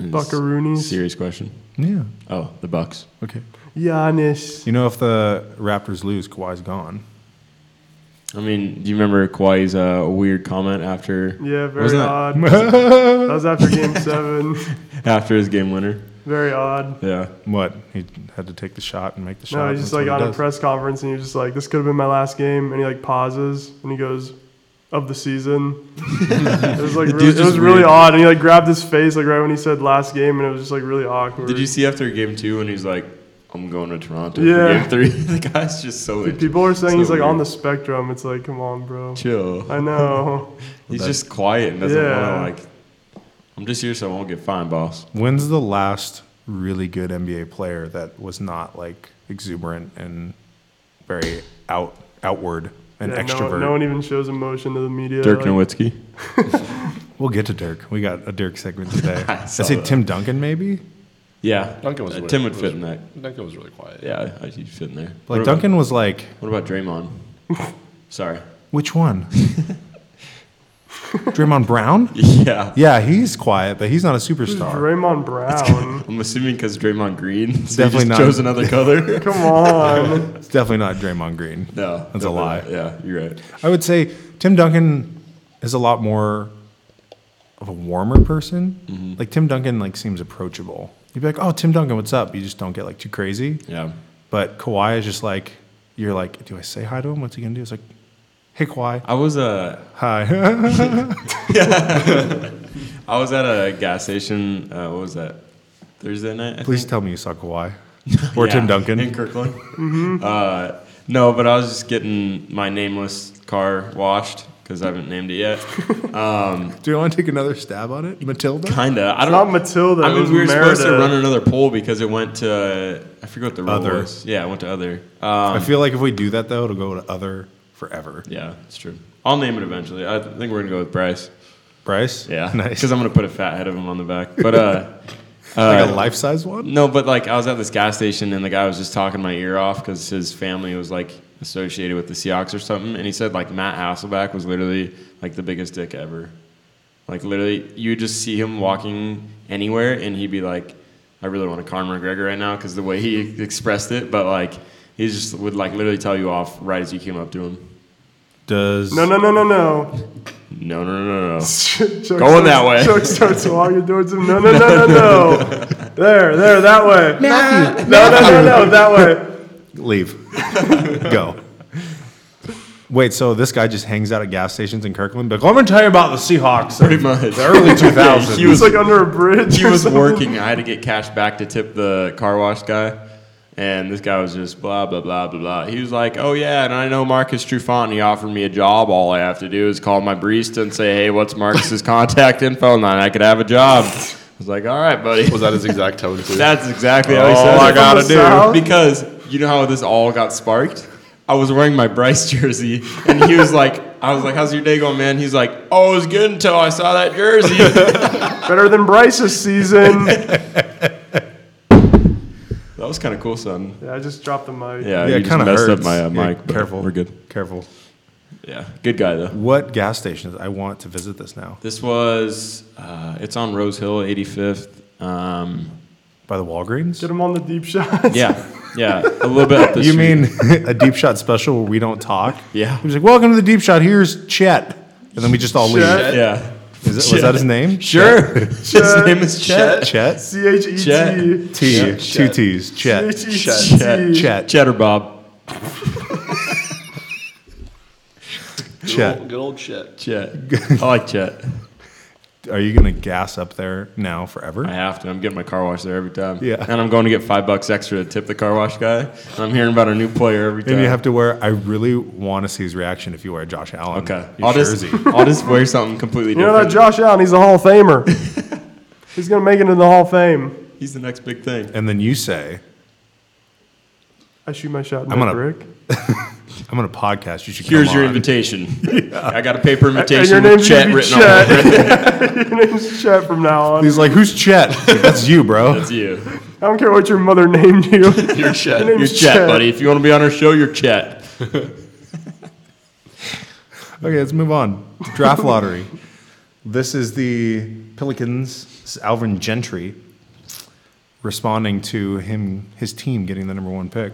Speaker 4: Buckaroonies.
Speaker 6: Serious question.
Speaker 1: Yeah.
Speaker 6: Oh, the Bucks.
Speaker 1: Okay.
Speaker 4: Giannis.
Speaker 1: You know, if the Raptors lose, Kawhi's gone.
Speaker 6: I mean, do you remember Kawhi's uh, weird comment after?
Speaker 4: Yeah, very
Speaker 6: wasn't that
Speaker 4: odd. that was after game seven.
Speaker 6: After his game winner.
Speaker 4: Very odd.
Speaker 6: Yeah.
Speaker 1: What? He had to take the shot and make the shot.
Speaker 4: No, he's
Speaker 1: That's
Speaker 4: just
Speaker 1: what
Speaker 4: like
Speaker 1: he
Speaker 4: on a
Speaker 1: does.
Speaker 4: press conference and he's just like, this could have been my last game. And he like pauses and he goes, of the season. it was like
Speaker 6: The dude's
Speaker 4: really, it
Speaker 6: just
Speaker 4: was really
Speaker 6: weird.
Speaker 4: odd. And he like grabbed his face like right when he said last game and it was just like really awkward.
Speaker 6: Did you see after game two when he's like, "I'm going to Toronto
Speaker 4: Yeah.
Speaker 6: for game three? the guy's just so.
Speaker 4: Dude, people are saying
Speaker 6: so
Speaker 4: he's like on
Speaker 6: weird.
Speaker 4: the spectrum. It's like, come on, bro.
Speaker 6: Chill.
Speaker 4: I know.
Speaker 6: He's just quiet and doesn't
Speaker 4: Yeah.
Speaker 6: want to like. I'm just here so I won't get fined, boss.
Speaker 1: When's the last really good NBA player that was not like exuberant and very out outward and
Speaker 4: Yeah, no-
Speaker 1: extrovert?
Speaker 4: No, one e- even shows emotion to the media.
Speaker 6: Dirk
Speaker 4: like-
Speaker 6: Nowitzki.
Speaker 1: We'll get to Dirk. We got a Dirk segment today.
Speaker 6: I
Speaker 1: I,
Speaker 6: saw
Speaker 1: say
Speaker 6: that.
Speaker 1: Tim Duncan maybe.
Speaker 6: Yeah,
Speaker 3: Duncan was
Speaker 6: Uh,
Speaker 3: really-
Speaker 6: Tim would
Speaker 3: was-
Speaker 6: fit in that.
Speaker 3: Duncan was really quiet.
Speaker 6: Yeah, I- he'd fit in there.
Speaker 1: Like
Speaker 6: What about-
Speaker 1: Duncan was like,
Speaker 6: What about Draymond? Sorry.
Speaker 1: which one? Draymond Brown?
Speaker 6: Yeah.
Speaker 1: Yeah, he's quiet, but he's not a
Speaker 4: Who's
Speaker 1: superstar.
Speaker 4: Draymond Brown.
Speaker 6: I'm assuming because Draymond Green.
Speaker 1: Definitely
Speaker 6: So Definitely
Speaker 1: not.
Speaker 6: chose another color.
Speaker 4: Come on.
Speaker 1: It's definitely not Draymond Green.
Speaker 6: No,
Speaker 1: That's a lie.
Speaker 6: Yeah, you're right.
Speaker 1: I would say Tim Duncan is a lot more of a warmer person.
Speaker 6: Mm-hmm.
Speaker 1: Like Tim Duncan, like seems approachable. You'd be like, "Oh, Tim Duncan, what's up?" You just don't get like too crazy.
Speaker 6: Yeah.
Speaker 1: But Kawhi is just like, you're like, "Do I say hi to him? What's he gonna do?" It's like, "Hey, Kawhi,
Speaker 6: I was uh,
Speaker 1: hi."
Speaker 6: I was at a gas station. Uh, what was that? Thursday night. I
Speaker 1: Please
Speaker 6: think?
Speaker 1: tell me you saw Kawhi or
Speaker 6: Yeah,
Speaker 1: Tim Duncan.
Speaker 6: in Kirkland. Uh, no, but I was just getting my nameless car washed because I haven't named it yet. Um,
Speaker 1: Do you want to take another stab on it, Matilda?
Speaker 6: kinda. I don't.
Speaker 4: Not Matilda.
Speaker 6: I
Speaker 4: it was
Speaker 6: mean, we were supposed to
Speaker 4: Merida.
Speaker 6: run another poll because it went to uh, I forget what the rule
Speaker 1: Other.
Speaker 6: was. Yeah, it went to other.
Speaker 1: I
Speaker 6: Um,
Speaker 1: feel like if we do that though, it'll go to other forever.
Speaker 6: yeah, it's true. I'll name it eventually. I think we're gonna go with Bryce.
Speaker 1: Bryce,
Speaker 6: Yeah,
Speaker 1: nice.
Speaker 6: Because I'm gonna put a fat head of him on the back. But uh,
Speaker 1: like a
Speaker 6: uh,
Speaker 1: life size one.
Speaker 6: No, but like I was at this gas station and the guy was just talking my ear off because his family was like associated with the Seahawks or something, and he said like Matt Hasselback was literally like the biggest dick ever. Like literally, you would just see him walking anywhere, and he'd be like, "I really want to Conor McGregor right now," because the way he expressed it. But like, he just would like literally tell you off right as you came up to him.
Speaker 1: Does
Speaker 4: No, no, no, no, no.
Speaker 6: No, no, no, no, no.
Speaker 4: Chuck
Speaker 6: Going that
Speaker 4: starts-
Speaker 6: way.
Speaker 4: Chuck starts walking towards him. No, no, no, no, no. there, there, that way.
Speaker 1: Matthew,
Speaker 4: No, no, no, no, that way.
Speaker 1: leave, go. Wait, so this guy just hangs out at gas stations in Kirkland? But I'm gonna tell you about the Seahawks.
Speaker 6: Pretty much.
Speaker 1: The early 2000s.
Speaker 6: he
Speaker 4: It's
Speaker 6: was
Speaker 4: like under a bridge.
Speaker 6: he
Speaker 4: or
Speaker 6: was
Speaker 4: something.
Speaker 6: working. I had to get cash back to tip the car wash guy. And this guy was just blah, blah, blah, blah, blah. He was like, oh, yeah, and I know Marcus Trufant. He offered me a job. All I have to do is call my barista and say, hey, what's Marcus's contact info? And then I could have a job. I was like, all right, buddy.
Speaker 3: Was that his exact tone too?
Speaker 6: That's exactly how he said
Speaker 4: Oh, I
Speaker 6: it.
Speaker 4: gotta From the do. South?
Speaker 6: Because you know how this all got sparked? I was wearing my Bryce jersey, and he was like, I was like, how's your day going, man? He's like, oh, it was good until I saw that jersey.
Speaker 4: Better than Bryce's season. yeah,
Speaker 6: That was kind of cool, son.
Speaker 4: I just dropped the mic.
Speaker 6: Yeah,
Speaker 1: Yeah,
Speaker 6: you
Speaker 1: it
Speaker 6: just
Speaker 1: kind of
Speaker 6: messed
Speaker 1: hurts.
Speaker 6: up my uh,
Speaker 1: Yeah,
Speaker 6: mic. but
Speaker 1: careful,
Speaker 6: We're good.
Speaker 1: Careful.
Speaker 6: Yeah, good guy though.
Speaker 1: What gas stations? I want to visit this now.
Speaker 6: This was uh, it's on Rose Hill, 85th. Um,
Speaker 1: By the Walgreens.
Speaker 4: Get him on the deep shots.
Speaker 6: yeah, yeah, a little bit up the
Speaker 1: You
Speaker 6: street.
Speaker 1: mean a deep shot special where we don't talk?
Speaker 6: Yeah.
Speaker 1: He was like, "Welcome to the deep shot. Here's Chet," and then we just all
Speaker 4: Chet?
Speaker 6: Yeah,
Speaker 1: leave. Is it, was that his name?
Speaker 6: sure. His name is Chet.
Speaker 1: Chet.
Speaker 4: C H E T.
Speaker 1: T. Two T's. Chet.
Speaker 4: H E
Speaker 6: Chet.
Speaker 4: T.
Speaker 1: Chet.
Speaker 6: Cheddar Bob.
Speaker 1: Chet.
Speaker 3: Good old shit.
Speaker 6: Chet. I like Chet.
Speaker 1: Are you gonna gas up there now forever?
Speaker 6: I have to. I'm getting my car wash there every time.
Speaker 1: Yeah.
Speaker 6: And I'm going to get five bucks extra to tip the car wash guy. And I'm hearing about a new player every time.
Speaker 1: And you have to wear. I really want to see his reaction if you wear Josh Allen.
Speaker 6: Okay.
Speaker 1: your
Speaker 6: I'll just,
Speaker 1: jersey.
Speaker 6: I'll just wear something completely
Speaker 4: You
Speaker 6: different.
Speaker 4: know that Josh Allen, he's a Hall of Famer. he's going to make it into the Hall of Fame.
Speaker 6: He's the next big thing.
Speaker 1: And then you say,
Speaker 4: I shoot my shot in
Speaker 1: "I'm
Speaker 4: the
Speaker 1: gonna,
Speaker 4: brick.
Speaker 1: I'm gonna podcast. You should.
Speaker 6: Here's
Speaker 1: come
Speaker 6: your
Speaker 1: on."
Speaker 6: invitation. I got a paper
Speaker 4: And
Speaker 6: invitation.
Speaker 4: your name's gonna
Speaker 6: Chet
Speaker 4: be
Speaker 6: written all over it.
Speaker 4: Chet. your name's Chet from now on.
Speaker 1: He's like, "Who's Chet? That's you, bro."
Speaker 6: That's you.
Speaker 4: I don't care what your mother named you.
Speaker 6: You're Chet.
Speaker 4: Your
Speaker 6: You're
Speaker 4: name's
Speaker 6: Chet,
Speaker 4: Chet.
Speaker 6: buddy. If you want to be on our show, you're Chet.
Speaker 1: Okay, let's move on. Draft lottery. This is the Pelicans. This is Alvin Gentry responding to him, his team getting the number one pick.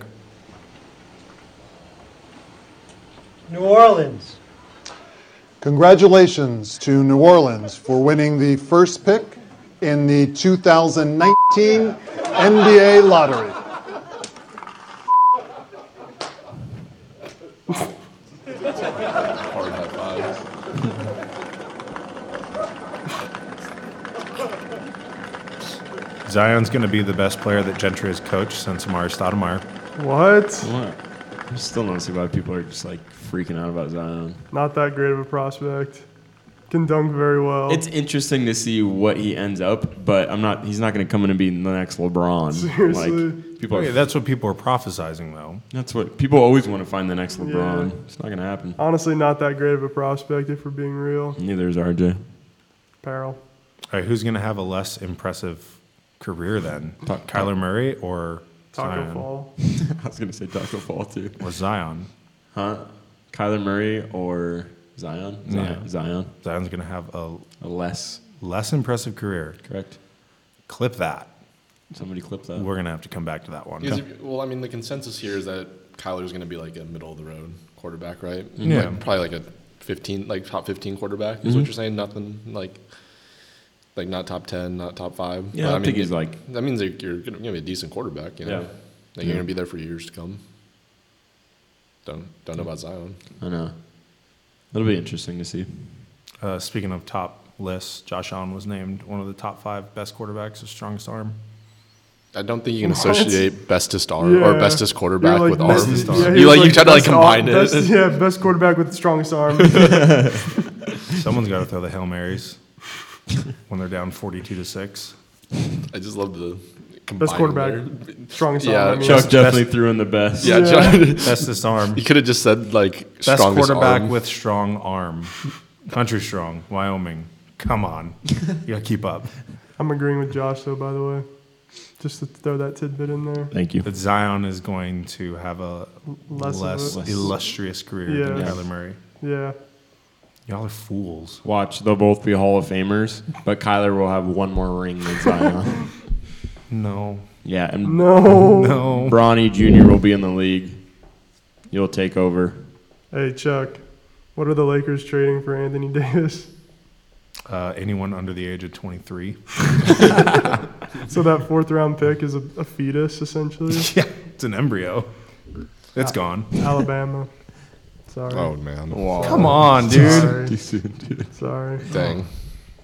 Speaker 12: New Orleans.
Speaker 13: Congratulations to New Orleans for winning the first pick in the 2019 NBA lottery.
Speaker 3: Hard high five.
Speaker 1: Zion's going to be the best player that Gentry has coached since Amari Stoudemire.
Speaker 4: What?
Speaker 6: I still don't see why people are just like freaking out about Zion.
Speaker 4: Not that great of a prospect. Can dunk very well.
Speaker 6: It's interesting to see what he ends up, but I'm not. He's not going to come in and be the next LeBron.
Speaker 4: Seriously.
Speaker 6: Like people
Speaker 1: Okay,
Speaker 6: are.
Speaker 1: that's what people are prophesizing, though.
Speaker 6: That's what people always want to find the next LeBron.
Speaker 4: Yeah.
Speaker 6: It's not going to happen.
Speaker 4: Honestly, not that great of a prospect if we're being real.
Speaker 6: Neither is RJ.
Speaker 4: Apparel.
Speaker 1: All right, who's going to have a less impressive career then?
Speaker 6: Tuck-
Speaker 1: Kyler Murray or
Speaker 4: Taco
Speaker 1: Zion?
Speaker 4: Fall.
Speaker 6: I was going to say Taco Fall too.
Speaker 1: Or Zion?
Speaker 6: Huh? Kyler Murray or Zion? Zion.
Speaker 1: Yeah.
Speaker 6: Zion.
Speaker 1: Zion's going to have a
Speaker 6: A less.
Speaker 1: less impressive career.
Speaker 6: Correct.
Speaker 1: Clip that.
Speaker 6: Somebody clip that.
Speaker 1: We're going to have to come back to that one.
Speaker 3: Because if- well, I mean, the consensus here is that Kyler's going to be like a middle of the road quarterback, right?
Speaker 1: Yeah.
Speaker 3: Like, probably like a 15, like top 15 quarterback is
Speaker 6: Mhm.
Speaker 3: what you're saying. Nothing like, like not top 10, not top five.
Speaker 6: Yeah, I
Speaker 3: mean,
Speaker 6: think he's
Speaker 3: it-
Speaker 6: like-
Speaker 3: that means like you're going to be a decent quarterback, you know?
Speaker 6: Yeah.
Speaker 3: Like
Speaker 6: Yeah.
Speaker 3: you're going to be there for years to come. Don't, don't know about Zion.
Speaker 6: I know. It'll be interesting to see.
Speaker 1: Uh, speaking of top lists, Josh Allen was named one of the top five best quarterbacks of strongest arm.
Speaker 3: I don't think you can
Speaker 1: What?
Speaker 3: associate bestest arm
Speaker 1: Yeah.
Speaker 3: or bestest quarterback
Speaker 1: You're like
Speaker 3: with arm.
Speaker 1: bestest arm. Yeah,
Speaker 3: you
Speaker 1: he was
Speaker 3: like, you
Speaker 1: like
Speaker 3: try to like
Speaker 1: best arm-
Speaker 3: combine it.
Speaker 4: Best, yeah, best quarterback with the strongest arm.
Speaker 1: Someone's got to throw the Hail Marys when they're down 42 to 6.
Speaker 3: I just love the
Speaker 4: best
Speaker 3: combined
Speaker 4: quarterback.
Speaker 3: there.
Speaker 4: Strongest
Speaker 3: Yeah,
Speaker 4: arm. I mean.
Speaker 6: Chuck
Speaker 1: Best-
Speaker 6: definitely
Speaker 1: best-
Speaker 6: threw in the best.
Speaker 3: Yeah, John,
Speaker 1: Bestest arm.
Speaker 3: You could have just said like
Speaker 1: Best
Speaker 3: strongest
Speaker 1: quarterback
Speaker 3: arm.
Speaker 1: with strong arm. Country strong, Wyoming. Come on. You got to keep up.
Speaker 4: I'm agreeing with Josh, though, by the way. Just to throw that tidbit in there.
Speaker 6: Thank you.
Speaker 1: That Zion is going to have a
Speaker 4: Less
Speaker 1: less,
Speaker 4: of it.
Speaker 1: illustrious career than
Speaker 4: Yeah.
Speaker 1: Kyler Murray.
Speaker 4: Yeah.
Speaker 1: Y'all are fools.
Speaker 6: Watch, they'll both be Hall of Famers, but Kyler will have one more ring than Zion.
Speaker 1: No.
Speaker 6: yeah, and
Speaker 4: No.
Speaker 1: No.
Speaker 6: Bronny Jr. will be in the league. You'll take over.
Speaker 4: Hey, Chuck, what are the Lakers trading for Anthony Davis?
Speaker 1: Uh, anyone under the age of 23.
Speaker 4: So that fourth round pick is a, a fetus, essentially.
Speaker 1: yeah, it's an embryo. It's
Speaker 4: Ah.
Speaker 1: gone.
Speaker 4: Alabama. Sorry.
Speaker 3: Oh man!
Speaker 1: Come on, dude.
Speaker 4: Sorry. Sorry.
Speaker 3: Dang.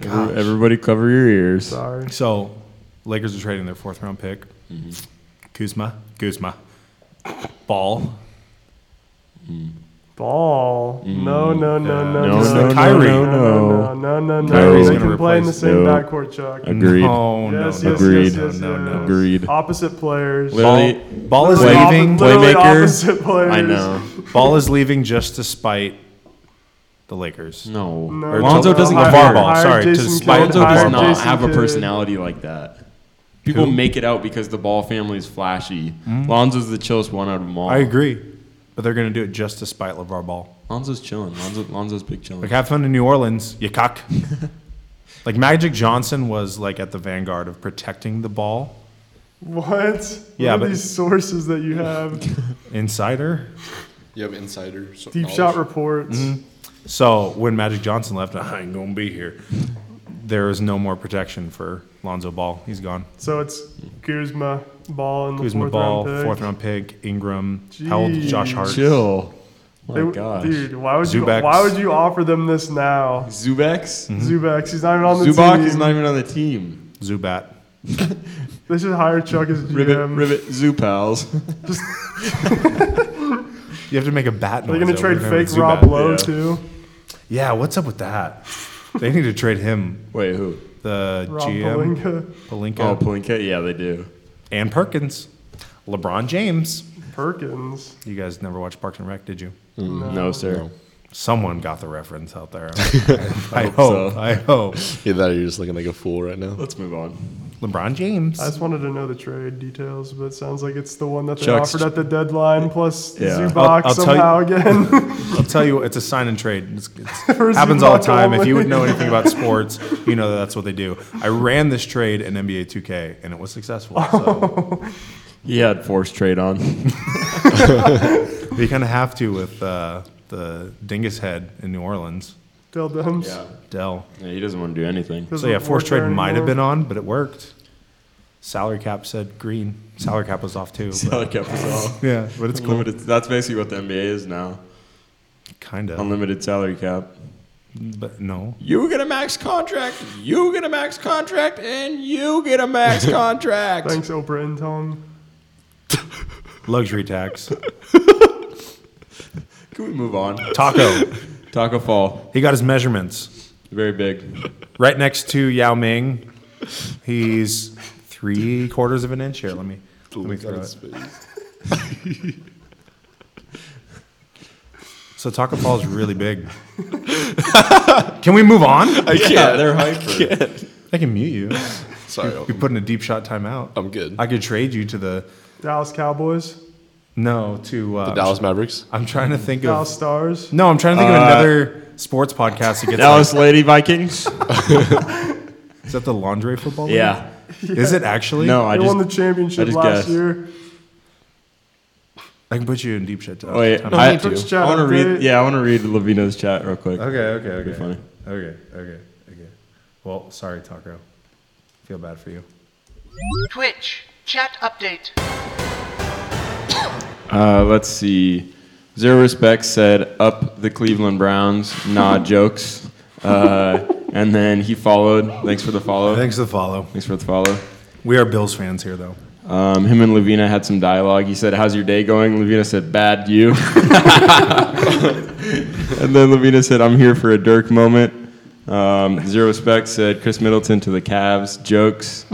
Speaker 1: Gosh.
Speaker 6: Everybody cover your ears.
Speaker 4: Sorry.
Speaker 1: So, Lakers are trading their fourth round pick. Kuzma, Kuzma, Ball.
Speaker 4: Ball. No, no, no, no, no.
Speaker 6: No, no, no,
Speaker 1: Kyrie.
Speaker 4: No, no, no, no, no, no.
Speaker 6: Kyrie's
Speaker 4: They
Speaker 1: gonna
Speaker 4: can play in the
Speaker 1: replace- Oh,
Speaker 4: same
Speaker 6: No.
Speaker 4: backcourt, Chuck.
Speaker 6: Agreed.
Speaker 1: No, no,
Speaker 4: Yes,
Speaker 1: no,
Speaker 4: yes,
Speaker 6: Agreed.
Speaker 4: yes, yes,
Speaker 1: No, no, no.
Speaker 4: yes.
Speaker 6: Agreed.
Speaker 4: Opposite players.
Speaker 6: Literally,
Speaker 1: Ball, Ball is
Speaker 4: Literally opposite-
Speaker 1: leaving.
Speaker 4: literally
Speaker 6: playmaker.
Speaker 4: opposite players.
Speaker 6: I know.
Speaker 1: Ball is leaving just to spite the Lakers.
Speaker 6: No.
Speaker 4: No.
Speaker 1: Or
Speaker 6: Lonzo
Speaker 1: to-
Speaker 6: doesn't
Speaker 1: LeVar
Speaker 6: care.
Speaker 1: Ball,
Speaker 4: Hire
Speaker 1: sorry, to
Speaker 4: Jason
Speaker 1: spite
Speaker 4: Kidd,
Speaker 6: Lonzo
Speaker 4: hire
Speaker 6: does not
Speaker 4: Jason
Speaker 6: have a
Speaker 4: Kidd.
Speaker 6: personality like that. People
Speaker 1: Who?
Speaker 6: make it out because the Ball family is flashy. Lonzo's the chillest one out of them all.
Speaker 1: I agree, but they're going to do it just to spite LeVar Ball.
Speaker 6: Lonzo's chilling. Lonzo, Lonzo's big chilling.
Speaker 1: Like have fun in New Orleans, you cock. like Magic Johnson was like at the vanguard of protecting the ball.
Speaker 4: What? What
Speaker 1: Yeah,
Speaker 4: are
Speaker 1: but-
Speaker 4: these sources that you have?
Speaker 1: Insider.
Speaker 3: You have insider so-
Speaker 4: Deep
Speaker 3: knowledge.
Speaker 4: shot reports.
Speaker 1: So when Magic Johnson left, I ain't gonna be here. There is no more protection for Lonzo Ball. He's gone.
Speaker 4: So it's Kuzma Ball in the
Speaker 1: Kuzma
Speaker 4: fourth
Speaker 1: Ball,
Speaker 4: round pick.
Speaker 1: fourth round pick. Ingram, how old is Josh Hart?
Speaker 6: Chill.
Speaker 1: Oh,
Speaker 6: My
Speaker 4: They-
Speaker 6: gosh.
Speaker 4: Dude, why would
Speaker 6: Zubac.
Speaker 4: you why would you offer them this now?
Speaker 6: Zubex?
Speaker 1: Mm-hmm.
Speaker 4: Zubac, he's not even on the
Speaker 6: Zubac
Speaker 4: team.
Speaker 6: is not even on the team.
Speaker 1: Zubat.
Speaker 4: They should hire Chuck as GM.
Speaker 6: Ribbit, ribbit, Zupals.
Speaker 1: You have to make a bat
Speaker 4: They're
Speaker 1: noise.
Speaker 4: gonna
Speaker 1: over
Speaker 4: trade
Speaker 1: and over with
Speaker 4: fake Rob
Speaker 1: Zubat.
Speaker 4: Lowe
Speaker 1: Yeah.
Speaker 4: too.
Speaker 1: Yeah, what's up with that? they need to trade him.
Speaker 6: Wait, who?
Speaker 1: The
Speaker 4: Rob
Speaker 1: GM.
Speaker 4: Pelinka.
Speaker 1: Pelinka.
Speaker 6: Oh, Palinka. Yeah, they do.
Speaker 1: and Perkins. LeBron James.
Speaker 4: Perkins.
Speaker 1: You guys never watched Parks and Rec, did you?
Speaker 6: Mm, No. no, sir. No.
Speaker 1: Someone got the reference out there.
Speaker 6: I
Speaker 1: I
Speaker 6: hope
Speaker 1: hope.
Speaker 6: so.
Speaker 1: I hope.
Speaker 3: Either that or you're just looking like a fool right now.
Speaker 6: Let's move on.
Speaker 1: LeBron James.
Speaker 4: I just wanted to know the trade details, but it sounds like it's the one that they
Speaker 1: Chuck's-
Speaker 4: offered at the deadline plus
Speaker 1: Yeah.
Speaker 4: Zubac
Speaker 1: I'll- I'll tell you-
Speaker 4: somehow again.
Speaker 1: I'll tell you, it's a sign and trade. It's, it's,
Speaker 4: For
Speaker 1: happens all the
Speaker 4: Zubac
Speaker 1: time. If you
Speaker 4: only.
Speaker 1: would know anything about sports, you know that that's what they do. I ran this trade in NBA 2K, and it was successful. So.
Speaker 6: He had force trade on.
Speaker 1: you kind of have to with uh, the dingus head in New Orleans.
Speaker 4: Dell Dumps.
Speaker 1: Dell.
Speaker 6: Yeah, he doesn't want to do anything.
Speaker 1: So yeah, force trade might have been on, but it worked. Salary cap said green. Salary cap was off too.
Speaker 6: Salary
Speaker 1: but-
Speaker 6: cap was off.
Speaker 1: Yeah, but it's cool.
Speaker 6: Unlimited- That's basically what the NBA is now.
Speaker 1: Kind of.
Speaker 6: Unlimited salary cap.
Speaker 1: But no.
Speaker 6: You get a max contract. You get a max contract, and you get a max contract.
Speaker 4: Thanks, Oprah and Tom.
Speaker 1: Luxury tax.
Speaker 6: Can we move on?
Speaker 1: Taco.
Speaker 6: Taco Fall.
Speaker 1: He got his measurements.
Speaker 6: Very big.
Speaker 1: Right next to Yao Ming. He's three quarters of an inch here. Let me let me
Speaker 3: Look at
Speaker 1: throw
Speaker 3: his
Speaker 1: it. So Taco Paul's really big. Can we move on?
Speaker 3: I Yeah, can't. they're I
Speaker 1: I
Speaker 3: hyper.
Speaker 1: can mute you.
Speaker 3: Sorry,
Speaker 1: You're, you're putting a deep shot timeout. I'm
Speaker 3: good.
Speaker 1: I could trade you to the
Speaker 4: Dallas Cowboys.
Speaker 1: no to uh,
Speaker 3: The Dallas Mavericks?
Speaker 1: I'm trying to think of
Speaker 4: Dallas Stars.
Speaker 1: No, I'm trying to think
Speaker 6: Uh,
Speaker 1: of another sports podcast to get
Speaker 6: Dallas Lady Vikings.
Speaker 1: Is that the Laundry Football League?
Speaker 6: Yeah.
Speaker 1: Is it actually?
Speaker 6: No, I
Speaker 4: they
Speaker 6: just
Speaker 4: won the
Speaker 6: I
Speaker 4: championship
Speaker 6: just
Speaker 4: last
Speaker 6: guessed.
Speaker 4: year.
Speaker 1: I can put you in deep shit. Time.
Speaker 6: Wait,
Speaker 1: Time.
Speaker 6: I, I
Speaker 4: Quick chat
Speaker 6: want to read.
Speaker 4: update.
Speaker 6: Yeah, I want to read Lavino's chat real quick.
Speaker 1: Okay, okay,
Speaker 6: It'd
Speaker 1: okay.
Speaker 6: Be funny.
Speaker 1: Okay, okay, okay. Well, sorry, Taco. Feel bad for you.
Speaker 10: Twitch chat update.
Speaker 6: Uh, let's see. Zero respect said up the Cleveland Browns. Nah, jokes. Uh, and then he followed. Thanks for the follow.
Speaker 1: Thanks for the follow.
Speaker 6: Thanks for the follow.
Speaker 1: We are Bills fans here, though.
Speaker 6: Um, him and Levina had some dialogue. He said, "How's your day going?" Levina said, "Bad, you." and then Levina said, "I'm here for a Dirk moment." Um, Zero respect said, "Chris Middleton to the Cavs." Jokes.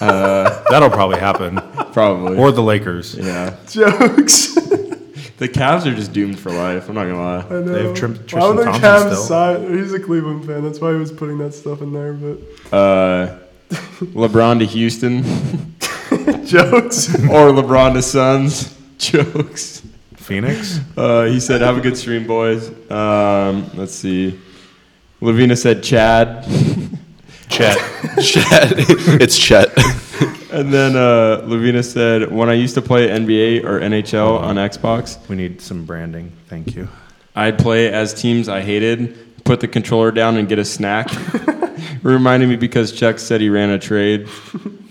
Speaker 6: Uh,
Speaker 1: That'll probably happen.
Speaker 6: Probably.
Speaker 1: Or the Lakers.
Speaker 6: Yeah.
Speaker 4: Jokes.
Speaker 6: The Cavs are just doomed for life. I'm not gonna
Speaker 4: I
Speaker 6: lie.
Speaker 4: know. why
Speaker 1: Tristan
Speaker 4: would they
Speaker 1: Thompson
Speaker 4: have
Speaker 1: still.
Speaker 4: si- He's a Cleveland fan. That's why he was putting that stuff in there. But
Speaker 6: Uh, LeBron to Houston.
Speaker 4: Jokes.
Speaker 6: or LeBron to Suns. Jokes.
Speaker 1: Phoenix.
Speaker 6: Uh, he said, "Have a good stream, boys." Um, let's see. Lavina said, "Chad."
Speaker 1: Chet.
Speaker 3: Chet. it's Chet.
Speaker 6: and then uh, Lavina said, "When I used to play NBA or NHL on Xbox,
Speaker 1: We need some branding. Thank you.
Speaker 6: I'd play as teams I hated, put the controller down, and get a snack. Reminded me because Chuck said he ran a trade.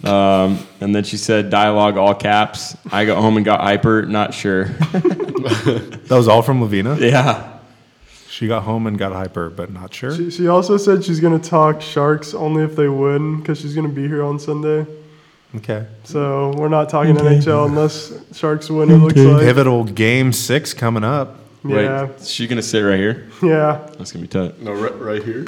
Speaker 6: Um, and then she said, dialogue all caps. I got home and got hyper, not sure.
Speaker 1: That was all from Lavina?
Speaker 6: Yeah.
Speaker 1: She got home and got hyper, but not sure.
Speaker 4: she, she also said she's gonna talk Sharks only if they win because she's gonna be here on Sunday.
Speaker 1: Okay.
Speaker 4: So we're not talking NHL unless Sharks win. It looks like.
Speaker 1: Pivotal game six coming up.
Speaker 4: Yeah.
Speaker 6: Wait, is she going to sit right here?
Speaker 4: Yeah.
Speaker 6: That's going to be tough.
Speaker 3: No, right, right here.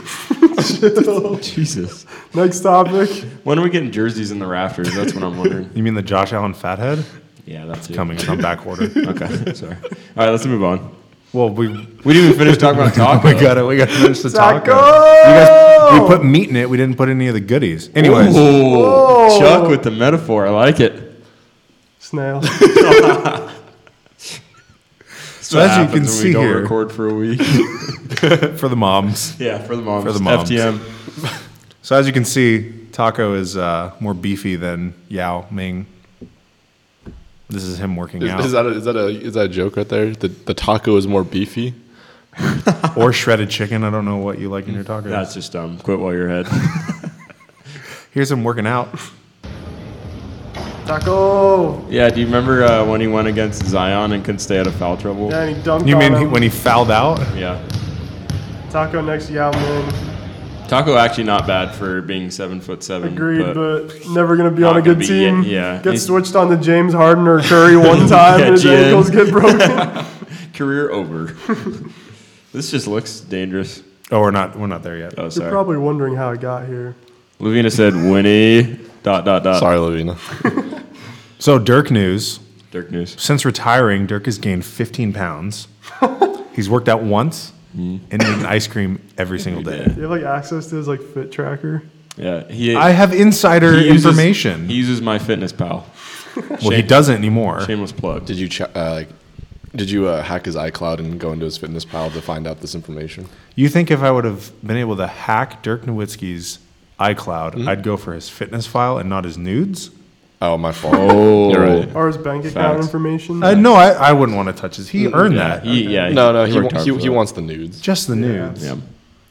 Speaker 6: Oh, Jesus.
Speaker 4: Next topic.
Speaker 6: When are we getting jerseys in the rafters? That's what I'm wondering.
Speaker 1: You mean the Josh Allen fathead?
Speaker 6: Yeah, that's it.
Speaker 1: Coming on back order.
Speaker 6: Okay, sorry. All right, let's move on.
Speaker 1: Well, we oh,
Speaker 6: We didn't even finish talking about taco.
Speaker 1: we got to we got to finish the taco.
Speaker 4: Taco!
Speaker 1: You guys, we put meat in it. We didn't put any of the goodies. Anyways,
Speaker 6: Ooh,
Speaker 4: Whoa.
Speaker 6: Chuck with the metaphor. I like it.
Speaker 4: Snail.
Speaker 1: so as you can
Speaker 6: happens when we
Speaker 1: see
Speaker 6: don't
Speaker 1: here,
Speaker 6: record for a week.
Speaker 1: for the moms.
Speaker 6: yeah, for the moms.
Speaker 1: For the moms.
Speaker 6: FTM.
Speaker 1: So as you can see, Taco is uh, more beefy than Yao Ming. This is him working out,
Speaker 3: Is, is that a, is that a is that a joke right there? The, the taco is more beefy.
Speaker 1: or shredded chicken. I don't know what you like in your tacos.
Speaker 6: Mm, That's just dumb. Quit while you're ahead.
Speaker 1: Here's him working out.
Speaker 4: Taco.
Speaker 6: Yeah, do you remember uh, when he went against Zion and couldn't stay out of foul trouble?
Speaker 4: Yeah, and he dunked You on mean he- him. when
Speaker 1: he fouled out?
Speaker 6: Yeah.
Speaker 4: Taco next to Yao Ming.
Speaker 6: Taco actually not bad for being seven foot seven.
Speaker 4: Agreed,
Speaker 6: but-
Speaker 4: but, never going to be
Speaker 6: Not
Speaker 4: on a
Speaker 6: gonna
Speaker 4: good
Speaker 6: be-
Speaker 4: team.
Speaker 6: yeah.
Speaker 4: Get
Speaker 6: He's-
Speaker 4: switched on to James Harden or Curry one time and his
Speaker 6: Catch you in.
Speaker 4: ankles get broken.
Speaker 6: Career over. this just looks dangerous.
Speaker 1: Oh, we're not we're not there yet.
Speaker 6: Oh,
Speaker 4: You're
Speaker 6: sorry.
Speaker 4: probably wondering how I got here.
Speaker 6: Lavina said Winnie dot dot dot.
Speaker 3: Sorry, Lavina.
Speaker 1: So Dirk news.
Speaker 6: Dirk news.
Speaker 1: Since retiring, Dirk has gained 15 pounds. He's worked out once
Speaker 6: Mm.
Speaker 1: and eaten ice cream every single day.
Speaker 4: Do you have like access to his like fit tracker?
Speaker 6: Yeah, he,
Speaker 1: I have insider
Speaker 6: he uses-
Speaker 1: information.
Speaker 6: He uses my Fitness Pal.
Speaker 1: Well, he doesn't anymore.
Speaker 6: Shameless plug.
Speaker 3: Did you ch- uh, did you uh, hack his iCloud and go into his fitness pal to find out this information?
Speaker 1: You think if I would have been able to hack Dirk Nowitzki's iCloud,
Speaker 6: Mm-hmm.
Speaker 3: Mhm.
Speaker 1: I'd go for his fitness file and not his nudes?
Speaker 3: Oh, my fault. Oh. You're right.
Speaker 4: Or his bank account information?
Speaker 1: Uh, no, I, I wouldn't want to touch his. He
Speaker 6: Mm-hmm.
Speaker 4: Mm,
Speaker 1: earned
Speaker 4: yeah,
Speaker 1: that.
Speaker 4: he- yeah, he
Speaker 3: No, no, he,
Speaker 1: worked
Speaker 3: wa-
Speaker 1: hard
Speaker 3: he,
Speaker 1: for
Speaker 3: he
Speaker 1: that.
Speaker 3: wants the nudes.
Speaker 1: Just the nudes.
Speaker 4: Yeah.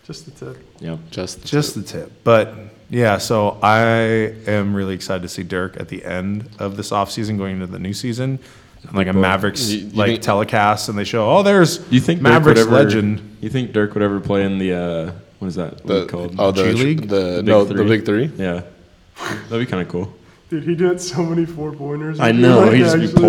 Speaker 4: Just the tip.
Speaker 6: Yeah.
Speaker 3: Just the
Speaker 1: Just the tip. But yeah, so I am really excited to see Dirk at the end of this offseason going into the new season. And like a Mavericks
Speaker 6: You- you
Speaker 1: like
Speaker 6: think-
Speaker 1: telecast and they show, oh, there's
Speaker 6: You think Dirk would
Speaker 1: Mavericks
Speaker 6: ever,
Speaker 1: legend.
Speaker 6: You think Dirk would ever play in the uh, what is that
Speaker 3: The-
Speaker 6: league called?
Speaker 3: oh, the- G League? the- no, the Big Three?
Speaker 6: Yeah, that'd be kind of cool.
Speaker 4: Dude, he did so many four pointers.
Speaker 6: I know
Speaker 4: Like,
Speaker 6: he'd just be
Speaker 4: actually-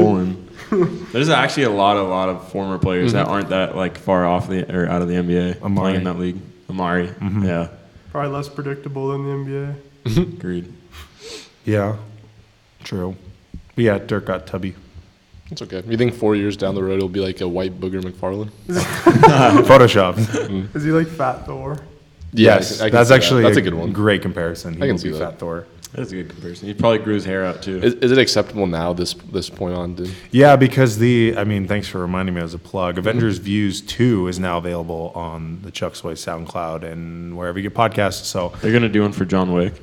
Speaker 6: pulling. There's actually a lot, a lot of former players that
Speaker 3: Mm-hmm.
Speaker 6: aren't that like far off the or out of the NBA
Speaker 1: Amari.
Speaker 6: playing in that league. Amari, yeah,
Speaker 4: Probably less predictable than the NBA.
Speaker 6: agreed.
Speaker 1: Yeah. True. But yeah, Dirk got tubby.
Speaker 3: It's okay. You think four years down the road it'll be like a white Booger McFarlane?
Speaker 1: Photoshop.
Speaker 3: Mm.
Speaker 4: Is he like Fat Thor?
Speaker 3: Yeah,
Speaker 1: Yes,
Speaker 3: I can- I can
Speaker 1: that's
Speaker 3: see that.
Speaker 1: actually
Speaker 3: That's
Speaker 1: a,
Speaker 3: a good one.
Speaker 1: Great comparison. He
Speaker 3: I can
Speaker 1: will
Speaker 3: see
Speaker 1: be
Speaker 3: that.
Speaker 1: Fat Thor.
Speaker 6: That's a good comparison. He probably grew his hair out too.
Speaker 3: Is, is it acceptable now? This this point on, dude.
Speaker 1: Yeah, because the I mean, thanks for reminding me as a plug. Avengers
Speaker 3: Mm-hmm.
Speaker 1: Views Two is now available on the Chuck's Way SoundCloud and wherever you get podcasts. So
Speaker 6: They're gonna do one for John Wick.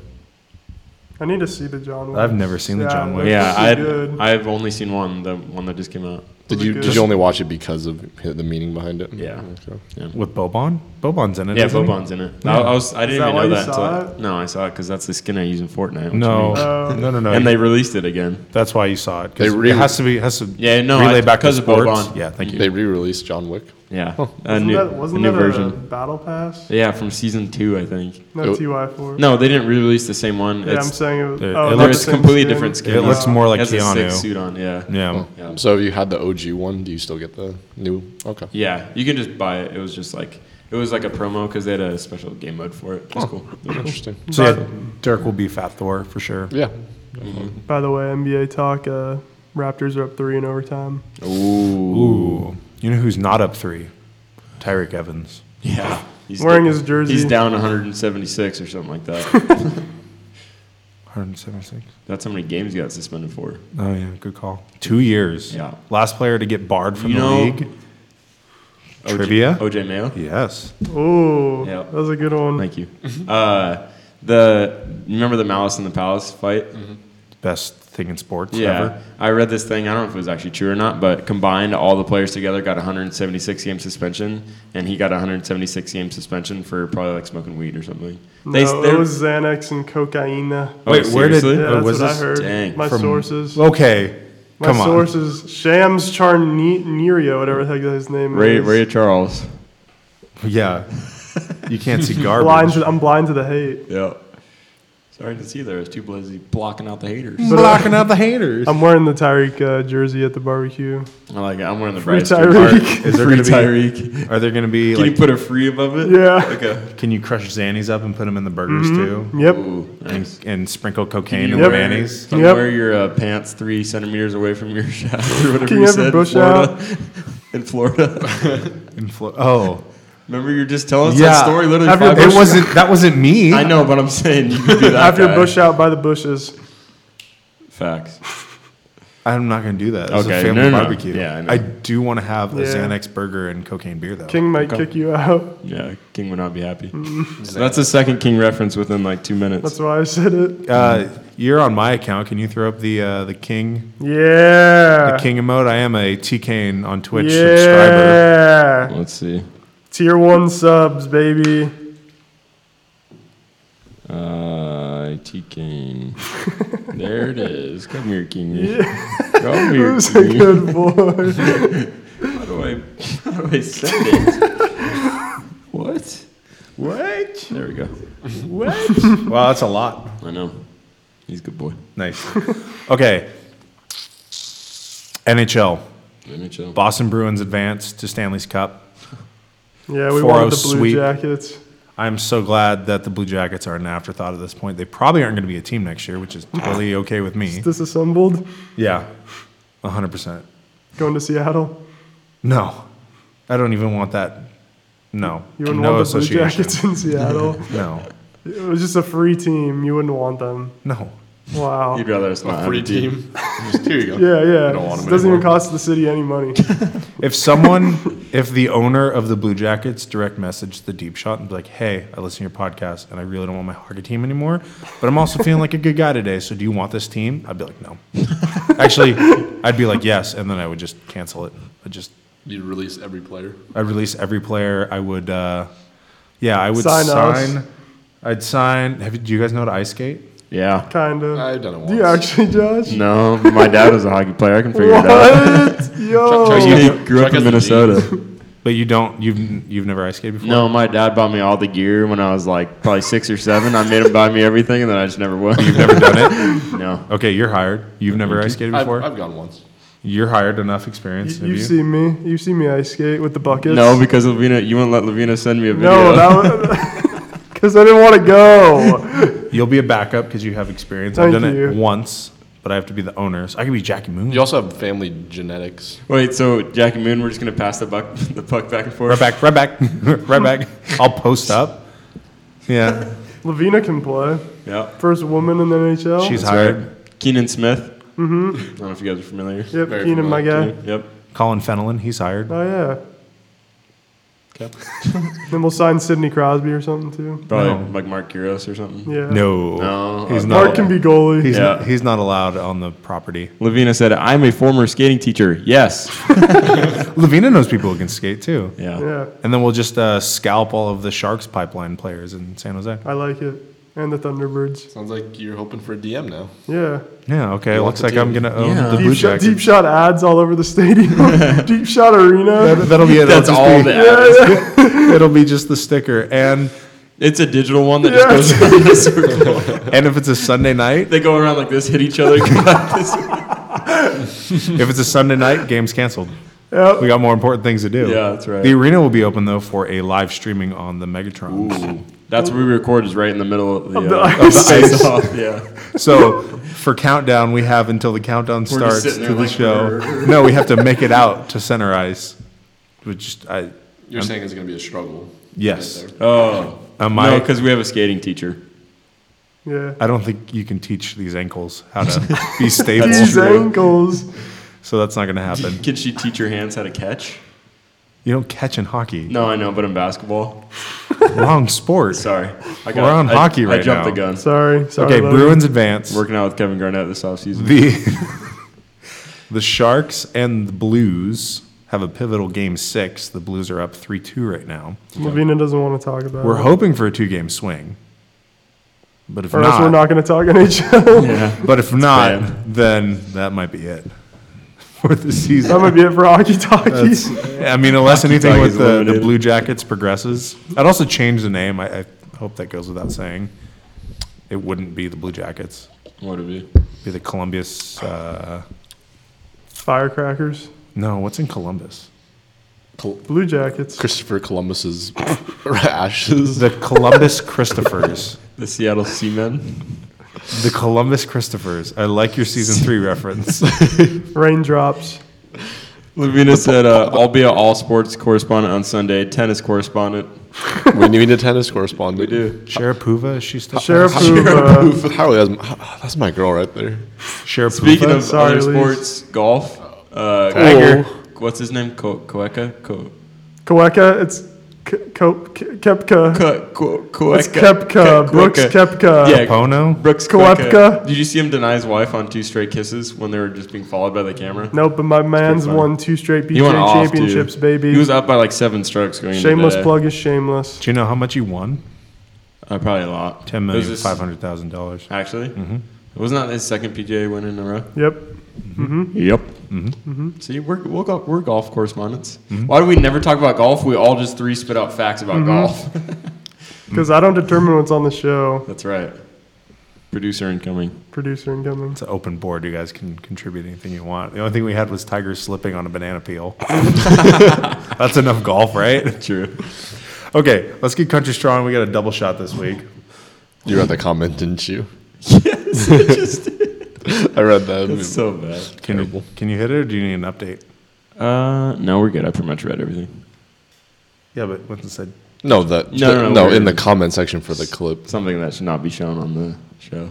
Speaker 4: I need to see the John Wick.
Speaker 1: I've never seen the John Wick.
Speaker 4: that's
Speaker 6: Yeah,
Speaker 4: pretty good.
Speaker 6: I I've only seen one, the one that just came out.
Speaker 3: Did
Speaker 4: Was it
Speaker 3: you
Speaker 4: good?
Speaker 3: did you only watch it because of hi- the meaning behind it?
Speaker 6: Yeah.
Speaker 3: Okay.
Speaker 6: Yeah.
Speaker 1: with Bobon, Bobon's in it.
Speaker 6: Yeah,
Speaker 1: isn't he?
Speaker 6: Bobon's in it.
Speaker 1: Yeah.
Speaker 6: I, I was I
Speaker 4: Is
Speaker 6: didn't
Speaker 4: that
Speaker 6: even
Speaker 4: why
Speaker 6: know
Speaker 4: you
Speaker 6: that. Until
Speaker 4: saw
Speaker 6: I, no, I saw it because that's the skin I use in Fortnite. which
Speaker 1: No,
Speaker 6: means-
Speaker 4: Oh.
Speaker 1: no, no, no.
Speaker 6: And they released it again.
Speaker 1: That's why you saw it. 'cause
Speaker 3: They re-
Speaker 1: it has to be has to
Speaker 6: Yeah, no,
Speaker 1: relay
Speaker 6: I-
Speaker 1: back to
Speaker 6: because of
Speaker 1: sports.
Speaker 6: Bobon.
Speaker 1: Yeah, thank you.
Speaker 3: They re-released John Wick.
Speaker 6: Yeah, a
Speaker 4: Wasn't
Speaker 6: new,
Speaker 4: that, wasn't
Speaker 6: a new
Speaker 4: that a
Speaker 6: version.
Speaker 4: battle pass?
Speaker 6: Yeah, from season two, I think.
Speaker 4: No,
Speaker 6: It-
Speaker 4: TY4.
Speaker 6: No, they didn't re-release the same one.
Speaker 4: Yeah, I'm saying it was-
Speaker 1: It-
Speaker 4: oh,
Speaker 1: it
Speaker 4: not
Speaker 1: looks
Speaker 4: the same
Speaker 6: completely
Speaker 4: skin. Uh,
Speaker 6: different skin.
Speaker 1: it looks
Speaker 6: Yeah.
Speaker 1: more like
Speaker 6: It has a
Speaker 1: Keanu.
Speaker 6: sick suit on. Yeah.
Speaker 1: Yeah.
Speaker 6: Yeah.
Speaker 3: Oh. So if you had the OG one, do you still get the new? Okay.
Speaker 6: Yeah, you can just buy it. It was just like it was like a promo because they had a special game mode for it. It was cool. It was cool.
Speaker 3: Interesting.
Speaker 1: So yeah, Dirk will be Fat Thor for sure.
Speaker 3: Yeah.
Speaker 4: By the way, NBA talk. Uh, Raptors are up three in overtime.
Speaker 1: Ooh, you know who's not up three? Tyreek Evans.
Speaker 6: Yeah. He's
Speaker 4: Wearing his jersey.
Speaker 6: He's down 176 or something like that.
Speaker 1: 176.
Speaker 6: That's how many games he got suspended for.
Speaker 1: Oh yeah, good call. Two years.
Speaker 6: Yeah.
Speaker 1: Last player to get barred from
Speaker 6: You
Speaker 1: the
Speaker 6: know-
Speaker 1: league.
Speaker 6: OJ
Speaker 1: Trivia.
Speaker 6: OJ Mayo.
Speaker 1: Yes.
Speaker 4: Oh,
Speaker 6: Yeah.
Speaker 4: that was a good one.
Speaker 6: Thank you. Uh, the remember the Malice in the Palace fight?
Speaker 1: Best thing in sports
Speaker 6: Yeah,
Speaker 1: ever.
Speaker 6: I read this thing. I don't know if it was actually true or not, but combined, all the players together got 176 game suspension, and he got 176 game suspension for probably like smoking weed or something.
Speaker 4: No,
Speaker 6: They- they're-
Speaker 4: it was Xanax and cocaine. Yeah,
Speaker 6: Oh,
Speaker 1: Wait, where did-
Speaker 6: seriously?
Speaker 1: uh,
Speaker 4: that's
Speaker 1: was
Speaker 4: what
Speaker 1: this-
Speaker 4: I heard.
Speaker 6: Dang.
Speaker 4: My
Speaker 1: From-
Speaker 4: sources.
Speaker 1: Okay.
Speaker 4: My
Speaker 1: Come on.
Speaker 4: sources. Shams Charnerio, whatever the heck his name
Speaker 6: Ray
Speaker 4: is.
Speaker 6: Ray Charles?
Speaker 1: Yeah. You can't see garbage.
Speaker 4: blind to, I'm blind to the hate.
Speaker 6: Yeah. Sorry to see there. I was too busy blocking out the haters.
Speaker 1: Blocking out the haters.
Speaker 4: I'm wearing the Tyreek uh, jersey at the barbecue.
Speaker 6: I like it. I'm wearing the
Speaker 4: Free
Speaker 6: Bryce jersey.
Speaker 4: Tyreek.
Speaker 1: Is there
Speaker 6: Free
Speaker 1: gonna be?
Speaker 6: Tyreek.
Speaker 1: Are there gonna be
Speaker 6: Can
Speaker 1: like?
Speaker 6: you put a free above it?
Speaker 4: Yeah.
Speaker 6: Like a,
Speaker 1: can you crush Xannies up and put them in the
Speaker 6: Mm-hmm.
Speaker 1: burgers too?
Speaker 4: Yep.
Speaker 6: ooh, nice.
Speaker 1: And, and sprinkle cocaine
Speaker 6: Can
Speaker 1: in
Speaker 6: you
Speaker 1: the
Speaker 6: wear-
Speaker 1: Xannies.
Speaker 6: Can you
Speaker 4: Yep.
Speaker 6: wear your uh, pants three centimeters away from your shaft or whatever
Speaker 4: Can
Speaker 6: you,
Speaker 4: you have your
Speaker 6: said
Speaker 4: bush out?
Speaker 6: in Florida? in Florida.
Speaker 1: In Flo- oh,
Speaker 6: Remember, you're just telling us
Speaker 1: yeah.
Speaker 6: that story literally
Speaker 1: Have your-
Speaker 6: five
Speaker 1: it
Speaker 6: minutes
Speaker 1: wasn't. That wasn't me.
Speaker 6: ago. I know, but I'm saying you could be that
Speaker 4: Have your
Speaker 6: guy.
Speaker 4: bush out by the bushes.
Speaker 6: Facts.
Speaker 1: I'm not gonna do that. It's
Speaker 6: Okay,
Speaker 1: a family
Speaker 6: no, no, no.
Speaker 1: barbecue.
Speaker 6: Yeah, I know.
Speaker 1: I, do want to have a
Speaker 4: Yeah.
Speaker 1: Xanax burger and cocaine beer though.
Speaker 4: King might kick you out.
Speaker 6: Yeah, King would not be happy. So that's the second King reference within like two
Speaker 4: Mm. That's
Speaker 6: minutes.
Speaker 4: why I said it.
Speaker 1: Uh, you're on my account. Can you throw up the uh, the king
Speaker 4: Yeah.
Speaker 1: the king emote? I am a T Kane on Twitch subscriber.
Speaker 4: Yeah.
Speaker 6: Let's see.
Speaker 4: Tier one subs, baby.
Speaker 6: Uh, mighty king. there it is. Come here, king.
Speaker 4: Yeah.
Speaker 6: Come here,
Speaker 4: Who's a
Speaker 6: king.
Speaker 4: good boy?
Speaker 6: how do I? How do I say it? what? What? There we go.
Speaker 1: What? wow, that's a lot.
Speaker 6: I know. He's a good boy.
Speaker 1: Nice. Okay. NHL.
Speaker 6: NHL.
Speaker 1: Boston Bruins advance to Stanley's Cup.
Speaker 4: Yeah, we
Speaker 1: 4-0
Speaker 4: wanted the Blue Jackets.
Speaker 1: I'm so glad that the Blue Jackets are an afterthought at this point. They probably aren't going to be a team next year, which is totally okay with me.
Speaker 4: Disassembled.
Speaker 1: Yeah, 100%.
Speaker 4: Going to Seattle.
Speaker 1: No, I don't even want that. No.
Speaker 4: You wouldn't
Speaker 1: no
Speaker 4: want the Blue
Speaker 1: association.
Speaker 4: Jackets in Seattle.
Speaker 1: no.
Speaker 4: It was just a free team. You wouldn't want them.
Speaker 1: No.
Speaker 4: Wow.
Speaker 6: You'd rather us not
Speaker 3: A free
Speaker 6: have a team.
Speaker 3: team. Just- Here you go.
Speaker 4: Yeah, yeah.
Speaker 3: I don't want
Speaker 4: It
Speaker 3: him
Speaker 4: doesn't even
Speaker 3: anymore.
Speaker 4: cost the city any money.
Speaker 1: If someone, if the owner of the Blue Jackets direct messaged the deep shot and be like, hey, I listen to your podcast and I really don't want my hockey team anymore, but I'm also feeling like a good guy today. So do you want this team? I'd be like, no. Actually, I'd be like, yes. And then I would just cancel it. I'd just,
Speaker 3: You release every player.
Speaker 1: I'd release every player. I would, uh, yeah, I would
Speaker 4: Sign
Speaker 1: sign.
Speaker 4: us.
Speaker 1: I'd sign. Have you, do you guys know how to ice skate?
Speaker 6: Yeah.
Speaker 4: kind of.
Speaker 3: I've done it once.
Speaker 4: Do you actually, Josh?
Speaker 6: No, my dad was a hockey player. I can figure it out.
Speaker 4: What? Yo.
Speaker 3: Chuck- Chuck-
Speaker 6: He grew up
Speaker 3: Chuck has
Speaker 6: in
Speaker 3: the
Speaker 6: Minnesota.
Speaker 1: But you don't, you've, you've never ice skated before?
Speaker 6: No, my dad bought me all the gear when I was like probably six or seven. I made him buy me everything, and then I just never went. You've
Speaker 1: Never done it?
Speaker 6: No.
Speaker 1: Okay, you're hired. You've never ice skated
Speaker 3: I've,
Speaker 1: before?
Speaker 3: I've gone once.
Speaker 1: You're hired enough experience.
Speaker 4: You,
Speaker 1: have
Speaker 4: you've seen me. You've seen me ice skate with the buckets.
Speaker 6: No, because Lavina, you wouldn't let Lavina send me a video.
Speaker 4: No, that was because I didn't want to go.
Speaker 1: You'll be a backup because you have experience. I've
Speaker 4: Thank
Speaker 1: done
Speaker 4: you.
Speaker 1: it once, but I have to be the owner. So I could be Jackie Moon.
Speaker 3: You also have family genetics.
Speaker 6: Wait, so Jack and Moon, we're just gonna pass the buck, the puck back and
Speaker 1: Right
Speaker 6: forth.
Speaker 1: back, right back, right back. I'll post up. Yeah,
Speaker 4: Lavina can play.
Speaker 6: Yeah.
Speaker 4: First woman in the NHL.
Speaker 1: she's
Speaker 6: That's
Speaker 1: hired.
Speaker 6: right. Keenan Smith. Mm-hmm. I don't know if you guys are familiar.
Speaker 4: yep,
Speaker 3: very
Speaker 4: Keenan, my guy.
Speaker 6: Yep.
Speaker 1: Colin Fenelon, he's hired.
Speaker 4: Oh yeah.
Speaker 3: Okay.
Speaker 4: Then we'll sign Sidney Crosby or something too.
Speaker 6: Probably
Speaker 1: No.
Speaker 6: like Mark Giros or something.
Speaker 4: Yeah.
Speaker 1: No,
Speaker 6: No,
Speaker 1: he's
Speaker 6: okay.
Speaker 1: not.
Speaker 4: Mark can be goalie.
Speaker 1: He's
Speaker 6: Yeah.
Speaker 1: not, he's not allowed on the property.
Speaker 6: Lavina said, "I'm a former skating teacher." Yes.
Speaker 1: Lavina knows people who can skate too.
Speaker 6: yeah.
Speaker 4: yeah,
Speaker 1: And then we'll just uh, scalp all of the Sharks pipeline players in San Jose.
Speaker 4: I like it. And the Thunderbirds.
Speaker 3: Sounds like you're hoping for a DM now.
Speaker 4: Yeah.
Speaker 1: Yeah. Okay.
Speaker 3: You want
Speaker 1: looks
Speaker 3: the
Speaker 1: like I'm
Speaker 3: team.
Speaker 1: gonna own
Speaker 6: Yeah.
Speaker 1: the Blue
Speaker 4: Deep shot,
Speaker 1: Jackets.
Speaker 4: deep shot ads all over the stadium. deep shot arena.
Speaker 1: That'll be it. It'll
Speaker 6: That's
Speaker 1: just
Speaker 6: all
Speaker 1: be-
Speaker 6: that.
Speaker 1: It'll be just the sticker, and
Speaker 6: It's a digital one that
Speaker 4: Yeah.
Speaker 6: just goes around in a circle.
Speaker 1: and if it's a Sunday night,
Speaker 6: They go around like this, hit each other. go like this.
Speaker 1: if it's a Sunday night, game's canceled.
Speaker 4: Yep.
Speaker 1: We got more important things to do.
Speaker 6: Yeah, that's right.
Speaker 1: The arena will be open though for a live streaming on the Megatron.
Speaker 6: Ooh. That's where we record is right in the middle of the,
Speaker 4: Of the
Speaker 6: uh,
Speaker 4: ice.
Speaker 6: of the ice off. Yeah.
Speaker 1: So for countdown, we have until the countdown
Speaker 6: just
Speaker 1: starts to
Speaker 6: sitting
Speaker 1: the
Speaker 6: there like,
Speaker 1: show. no, we have to make it out to center ice. Which just- I
Speaker 3: You're saying it's going to be a struggle.
Speaker 1: yes.
Speaker 6: Oh.
Speaker 1: Am
Speaker 6: No,
Speaker 1: I-
Speaker 6: because we have a skating teacher.
Speaker 4: Yeah.
Speaker 1: I don't think you can teach these ankles how to be stable.
Speaker 4: These ankles.
Speaker 1: So that's not going to happen.
Speaker 6: Can she teach your hands how to catch?
Speaker 1: You don't catch in hockey.
Speaker 6: No, I know, but in basketball.
Speaker 1: Wrong sport.
Speaker 6: Sorry. I
Speaker 1: We're on
Speaker 6: I-
Speaker 1: hockey right
Speaker 6: I jumped
Speaker 1: now.
Speaker 6: the gun.
Speaker 4: Sorry. Sorry.
Speaker 1: Okay,
Speaker 4: buddy.
Speaker 1: Bruins advance.
Speaker 6: Working out with Kevin Garnett this offseason.
Speaker 1: The the Sharks and the Blues have a pivotal game six. The Blues are up three two right now.
Speaker 4: Lavina doesn't want to talk about
Speaker 1: We're
Speaker 4: it.
Speaker 1: hoping for a two game swing, but if
Speaker 4: Or else
Speaker 1: not,
Speaker 4: we're not going to talk NHL.
Speaker 6: Yeah.
Speaker 1: but if not,
Speaker 6: bad.
Speaker 1: then that might be it for the
Speaker 4: that
Speaker 1: season.
Speaker 4: might be it for Hockey Talkies.
Speaker 1: I mean, unless anything
Speaker 6: talk
Speaker 1: with
Speaker 6: is
Speaker 1: the, the
Speaker 6: limited.
Speaker 1: Blue Jackets progresses, I'd also change the name. I, I hope that goes without saying. It wouldn't be the Blue Jackets.
Speaker 6: What would it be?
Speaker 1: It'd be the Columbus. Uh,
Speaker 4: Firecrackers.
Speaker 1: no, what's in Columbus?
Speaker 4: Blue Jackets.
Speaker 3: Christopher Columbus's ashes.
Speaker 1: The Columbus Christophers.
Speaker 6: The Seattle Seamen.
Speaker 1: The Columbus Christophers. I like your season three reference.
Speaker 4: Raindrops.
Speaker 6: Lavina said, uh, I'll be an all sports correspondent on Sunday, tennis correspondent.
Speaker 3: we need a tennis correspondent. We
Speaker 6: do.
Speaker 1: Sharapuva, is she still
Speaker 4: Sharapuva.
Speaker 3: that's my girl right there.
Speaker 1: Sharapuva.
Speaker 6: Speaking of
Speaker 4: Sorry,
Speaker 6: other
Speaker 4: Lise.
Speaker 6: sports, golf. Uh,
Speaker 3: Tiger.
Speaker 6: Cole- What's his name? Co- Koeka? Co-
Speaker 4: Kaweka. It's K- Ko- K- Kepka.
Speaker 6: Co- Co- Koeka.
Speaker 4: It's Kepka.
Speaker 6: Ke-
Speaker 4: Brooks Kepka.
Speaker 6: Yeah,
Speaker 1: Pono?
Speaker 6: Brooks
Speaker 4: Koepka.
Speaker 6: Koepka. Did you see him deny his wife on two straight kisses when they were just being followed by the camera?
Speaker 4: Nope, but my man's
Speaker 6: funny.
Speaker 4: won two straight
Speaker 6: He went
Speaker 4: PGA
Speaker 6: off, dude.
Speaker 4: championships, baby.
Speaker 6: He was up by like seven strokes going into
Speaker 1: uh,
Speaker 4: shameless
Speaker 6: today.
Speaker 4: plug is shameless.
Speaker 1: Do you know how much he won?
Speaker 6: Uh, probably a lot.
Speaker 1: Ten
Speaker 6: It was
Speaker 1: million
Speaker 6: his-
Speaker 1: five hundred thousand dollars.
Speaker 6: Actually, mm-hmm. wasn't that his second PGA win in a row?
Speaker 4: Yep.
Speaker 6: Mm-hmm. Yep. Mm-hmm. See, we're we're, go- we're golf correspondents.
Speaker 1: Mm-hmm.
Speaker 6: Why do we never talk about golf? We all just three spit out facts about
Speaker 4: Mhm.
Speaker 6: golf.
Speaker 4: Because I don't determine what's on the show.
Speaker 6: That's right. Producer incoming.
Speaker 4: Producer incoming.
Speaker 1: It's an open board. You guys can contribute anything you want. The only thing we had was tigers slipping on a banana peel. That's enough golf, right?
Speaker 6: True.
Speaker 1: Okay, let's get country strong. We got a double shot this week.
Speaker 3: You read the comment, didn't you?
Speaker 6: Yes, I just
Speaker 3: I read that.
Speaker 6: That's so bad.
Speaker 1: Can you, can you hit it or do you need an update?
Speaker 6: Uh, no, we're good. I pretty much read everything.
Speaker 1: Yeah, but Winston said
Speaker 3: No, that no, no,
Speaker 6: we're-
Speaker 3: in the comment section for the clip.
Speaker 6: Something that should not be shown on the show.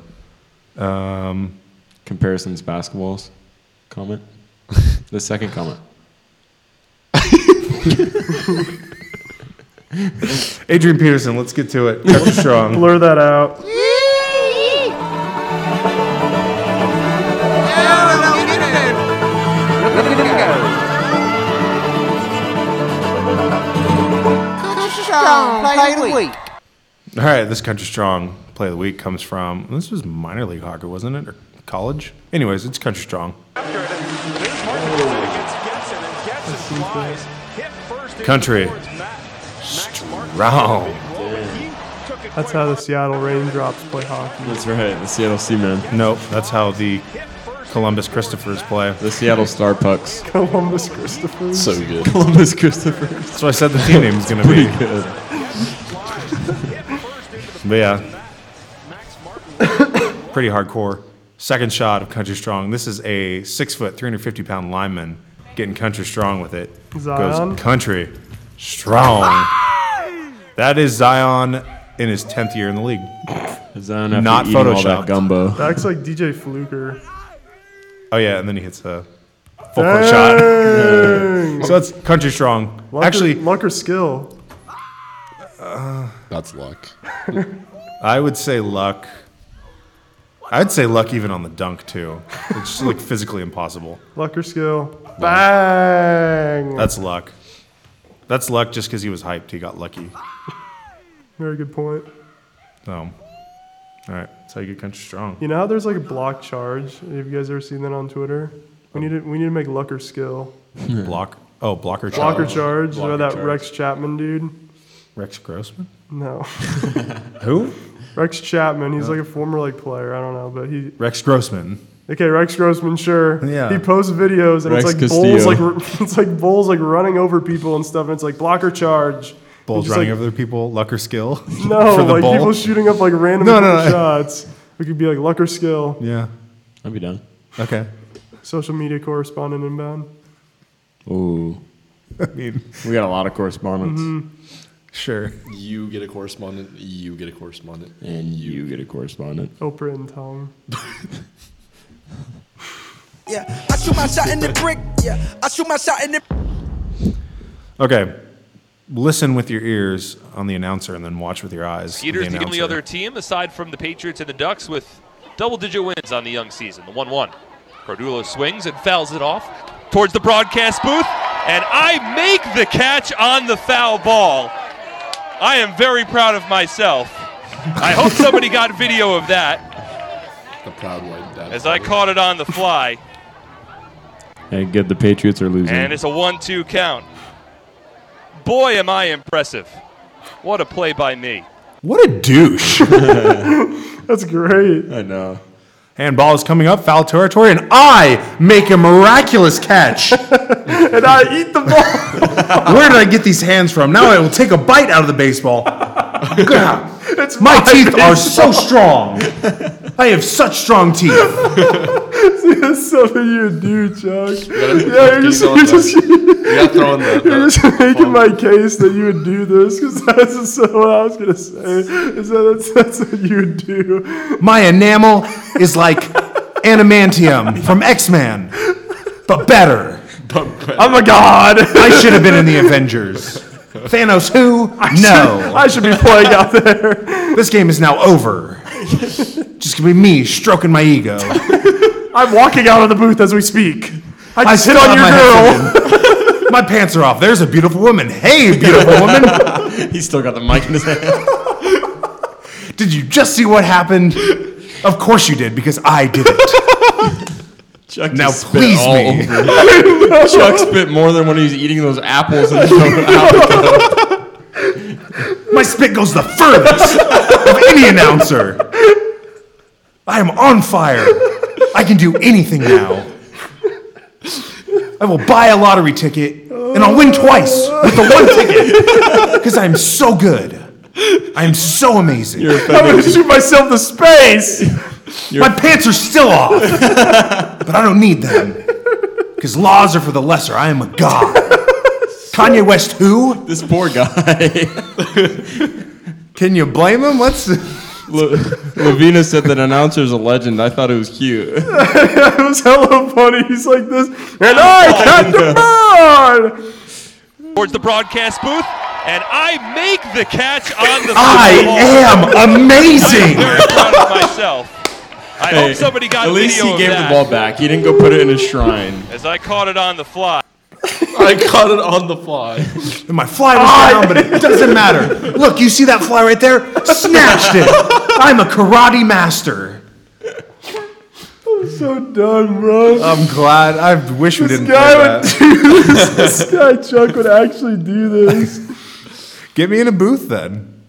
Speaker 1: Um,
Speaker 6: Comparisons basketballs. Comment. the second comment.
Speaker 1: Adrian Peterson. Let's get to it. Country strong.
Speaker 4: Blur that out.
Speaker 11: 哎
Speaker 14: Strong play of the week.
Speaker 1: All right, this country strong play of the week comes from this was minor league hockey, wasn't it, or college? Anyways, it's country strong. Country strong.
Speaker 4: That's how the Seattle Raindrops play hockey.
Speaker 6: That's right. The Seattle Seamen.
Speaker 1: Nope. That's how the Columbus Christophers play.
Speaker 6: The Seattle Star Pucks.
Speaker 4: Columbus Christophers.
Speaker 6: Columbus Christopher.
Speaker 1: So I said the team name was gonna be
Speaker 6: Pretty good.
Speaker 1: But yeah, pretty hardcore. Second shot of Country Strong. This is a six foot, 350 pound lineman getting Country Strong with it.
Speaker 4: Zion?
Speaker 1: Goes Country Strong. that is Zion in his 10th year in the league.
Speaker 6: Zion after
Speaker 1: Not
Speaker 6: eating all that
Speaker 1: photoshopped.
Speaker 6: gumbo.
Speaker 4: That acts like DJ Fluker.
Speaker 1: Oh, yeah, and then he hits a full court shot.
Speaker 4: Dang.
Speaker 1: so that's Country Strong.
Speaker 4: Luck
Speaker 1: Actually,
Speaker 4: or, luck or skill?
Speaker 3: That's luck.
Speaker 1: I would say luck. I'd say luck even on the dunk, too. It's just like physically impossible.
Speaker 4: Luck or skill? Bang!
Speaker 1: That's luck. That's luck just because he was hyped. He got lucky.
Speaker 4: very good point.
Speaker 1: So, Oh. all right. That's how you get country strong.
Speaker 4: You know how there's like a block charge? Have you guys ever seen that on Twitter? We need to, we need to make luck or skill.
Speaker 1: Block. Oh, blocker charge.
Speaker 4: Blocker charge,
Speaker 1: Blocker
Speaker 4: or that
Speaker 1: charge.
Speaker 4: Rex Chapman dude?
Speaker 1: Rex Grossman?
Speaker 4: No.
Speaker 1: Who?
Speaker 4: Rex Chapman, he's like a former like player, I don't know, but he
Speaker 1: Rex Grossman.
Speaker 4: Okay, Rex Grossman, sure.
Speaker 1: Yeah.
Speaker 4: He posts videos and
Speaker 1: Rex
Speaker 4: it's like bulls
Speaker 1: Castillo.
Speaker 4: like r- it's like bulls like running over people and stuff and it's like blocker charge.
Speaker 1: Bulls
Speaker 4: It's just
Speaker 1: running
Speaker 4: like,
Speaker 1: over their people. Luck or skill?
Speaker 4: No,
Speaker 1: For the
Speaker 4: like
Speaker 1: bull?
Speaker 4: people shooting up like random
Speaker 1: No, no, no.
Speaker 4: shots. We could be like luck or skill.
Speaker 1: Yeah.
Speaker 6: I'll be done.
Speaker 1: Okay.
Speaker 4: Social media correspondent inbound.
Speaker 6: Ooh.
Speaker 1: I mean,
Speaker 6: we got a lot of correspondence.
Speaker 1: Sure.
Speaker 3: You get a correspondent. You get a correspondent.
Speaker 6: And you get a correspondent.
Speaker 4: Oprah and Tom.
Speaker 14: Yeah, I shoot my shot in the brick. Yeah, I shoot my shot in the.
Speaker 1: Okay. Listen with your ears on the announcer and then watch with your eyes.
Speaker 15: Peter's
Speaker 1: the
Speaker 15: the, only
Speaker 1: announcer.
Speaker 15: other team aside from the Patriots and the Ducks with double-digit wins on the young season. The one-one. Cardulo swings and fouls it off towards the broadcast booth, and I make the catch on the foul ball. I am very proud of myself. I hope somebody got video of that
Speaker 3: The proud white dad.
Speaker 15: as I caught it on the fly,
Speaker 6: And good. The Patriots are losing.
Speaker 15: and it's a one-two count. Boy, am I impressive! What a play by me.
Speaker 1: What a douche.
Speaker 4: That's great.
Speaker 6: I know.
Speaker 1: Handball is coming up, foul territory, and I make a miraculous catch.
Speaker 4: and I eat the ball.
Speaker 1: Where did I get these hands from? Now I will take a bite out of the baseball. God,
Speaker 4: It's
Speaker 1: my
Speaker 4: my
Speaker 1: teeth are so
Speaker 4: baseball.
Speaker 1: strong. I have such strong teeth.
Speaker 4: See, that's something you do, Chuck. yeah, you're just,
Speaker 3: keep going,
Speaker 4: you're just,
Speaker 3: gotta throw in the-
Speaker 4: you're just making my case that you would do this because that's just so what I was gonna say. Is that that's, that's what you would do?
Speaker 1: My enamel is like animantium from X Men, but better.
Speaker 4: I'm a Oh god.
Speaker 1: I should have been in the Avengers. Thanos, who? no.
Speaker 4: I should be playing out there.
Speaker 1: This game is now over. Just gonna be me stroking my ego.
Speaker 4: I'm walking out of the booth as we speak. I
Speaker 1: I
Speaker 4: just
Speaker 1: sit
Speaker 4: hit on
Speaker 1: on
Speaker 4: your
Speaker 1: my
Speaker 4: girl.
Speaker 1: My pants are off. There's a beautiful woman. Hey, beautiful woman.
Speaker 6: He's still got the mic in his hand.
Speaker 1: Did you just see what happened? Of course you did, because I did it. now please me.
Speaker 6: Chuck spit more than when he's eating those apples in the
Speaker 1: My spit goes the furthest of any announcer. I am on fire. I can do anything now. I will buy a lottery ticket and I'll win twice with the one ticket because I'm so good. I am so amazing.
Speaker 4: I'm gonna shoot myself to space.
Speaker 1: My pants are still off, but I don't need them because laws are for the lesser. I am a god. Kanye West, who?
Speaker 6: This poor guy.
Speaker 1: Can you blame him? Let's.
Speaker 6: Lavina said that announcer's a legend. I thought it was cute.
Speaker 4: it was hella funny. He's like this, and I got the bird.
Speaker 15: Towards the broadcast booth, and I make the catch on the
Speaker 1: I
Speaker 15: football.
Speaker 1: am amazing.
Speaker 15: I'm very proud of myself. I hope somebody got
Speaker 6: At
Speaker 15: a
Speaker 6: least
Speaker 15: video
Speaker 6: he
Speaker 15: of
Speaker 6: gave
Speaker 15: that.
Speaker 6: the ball back. He didn't go put it in a shrine.
Speaker 15: As I caught it on the fly.
Speaker 3: I caught it on the fly.
Speaker 1: And my fly was down, but it doesn't matter. Look, you see that fly right there? Snatched it. I'm a karate master.
Speaker 4: I'm so done, bro.
Speaker 1: I'm glad. I wish we
Speaker 4: this
Speaker 1: didn't
Speaker 4: guy
Speaker 1: play
Speaker 4: would
Speaker 1: that.
Speaker 4: do this. This guy Chuck would actually do this.
Speaker 1: Get me in a booth then.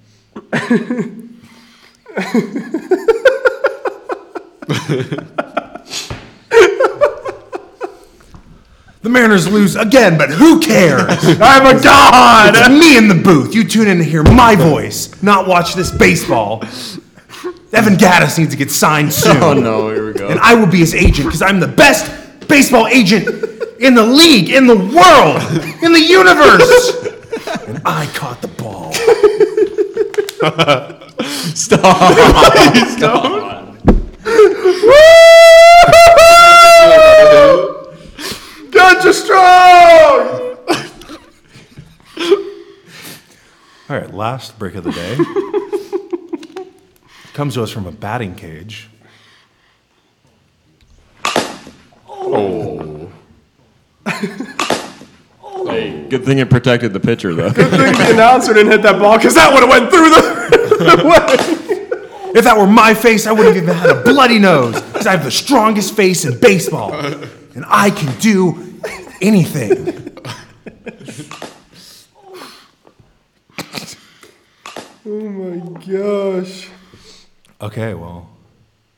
Speaker 1: the Mariners lose again, but who cares?
Speaker 4: I'm a god.
Speaker 1: It's me in the booth. You tune in to hear my voice, not watch this baseball. Evan Gaddis needs to get signed soon.
Speaker 6: Oh no, here we go.
Speaker 1: And I will be his agent because I'm the best baseball agent in the league, in the world, in the universe. And I caught the ball.
Speaker 6: Stop.
Speaker 4: God, you're strong.
Speaker 1: All right, last break of the day comes to us from a batting cage.
Speaker 6: Oh. hey, good thing it protected the pitcher
Speaker 4: Good thing
Speaker 6: though.
Speaker 4: the announcer didn't hit that ball because that would have went through the.
Speaker 1: If that were my face, I would have even had a bloody nose because I have the strongest face in baseball, and I can do anything.
Speaker 4: oh my gosh.
Speaker 1: Okay, well,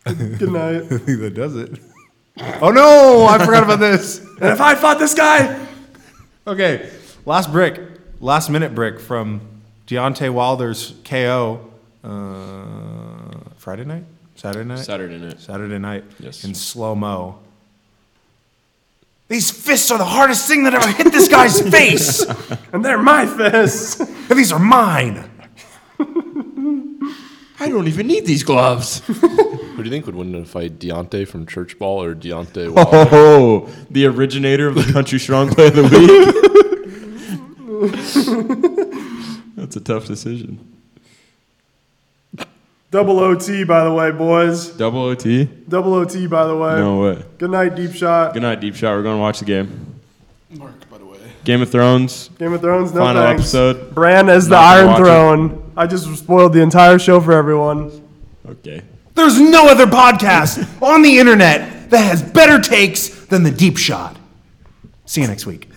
Speaker 4: Good night.
Speaker 1: I think that does it. Oh no, I forgot about this.
Speaker 4: And if I fought this guy,
Speaker 1: Okay, last brick, last minute brick from Deontay Wilder's KO uh, Friday night, Saturday night,
Speaker 6: Saturday night.
Speaker 1: Saturday night
Speaker 6: Yes.
Speaker 1: in slow mo. These fists are the hardest thing that ever hit this guy's face,
Speaker 4: and they're my fists.
Speaker 1: and these are mine.
Speaker 6: I don't even need these gloves.
Speaker 3: Who do you think would win in a fight, Deontay from Church Ball or Deontay Wilder?
Speaker 6: Oh, the originator of the country strong play of the week. That's a tough decision.
Speaker 4: Double OT, by the way, boys.
Speaker 6: Double OT?
Speaker 4: Double OT, by the way.
Speaker 6: No way.
Speaker 4: Good night, Deep Shot.
Speaker 6: Good night, Deep Shot. We're going to watch the game. Mark, by the way. Game of Thrones.
Speaker 4: Game of Thrones, no
Speaker 6: Final
Speaker 4: thanks.
Speaker 6: episode.
Speaker 4: Bran as the
Speaker 6: Not gonna
Speaker 4: Iron
Speaker 6: watch it.
Speaker 4: Throne. I just spoiled the entire show for everyone.
Speaker 6: Okay.
Speaker 1: There's no other podcast on the internet that has better takes than the Deep Shot. See you next week.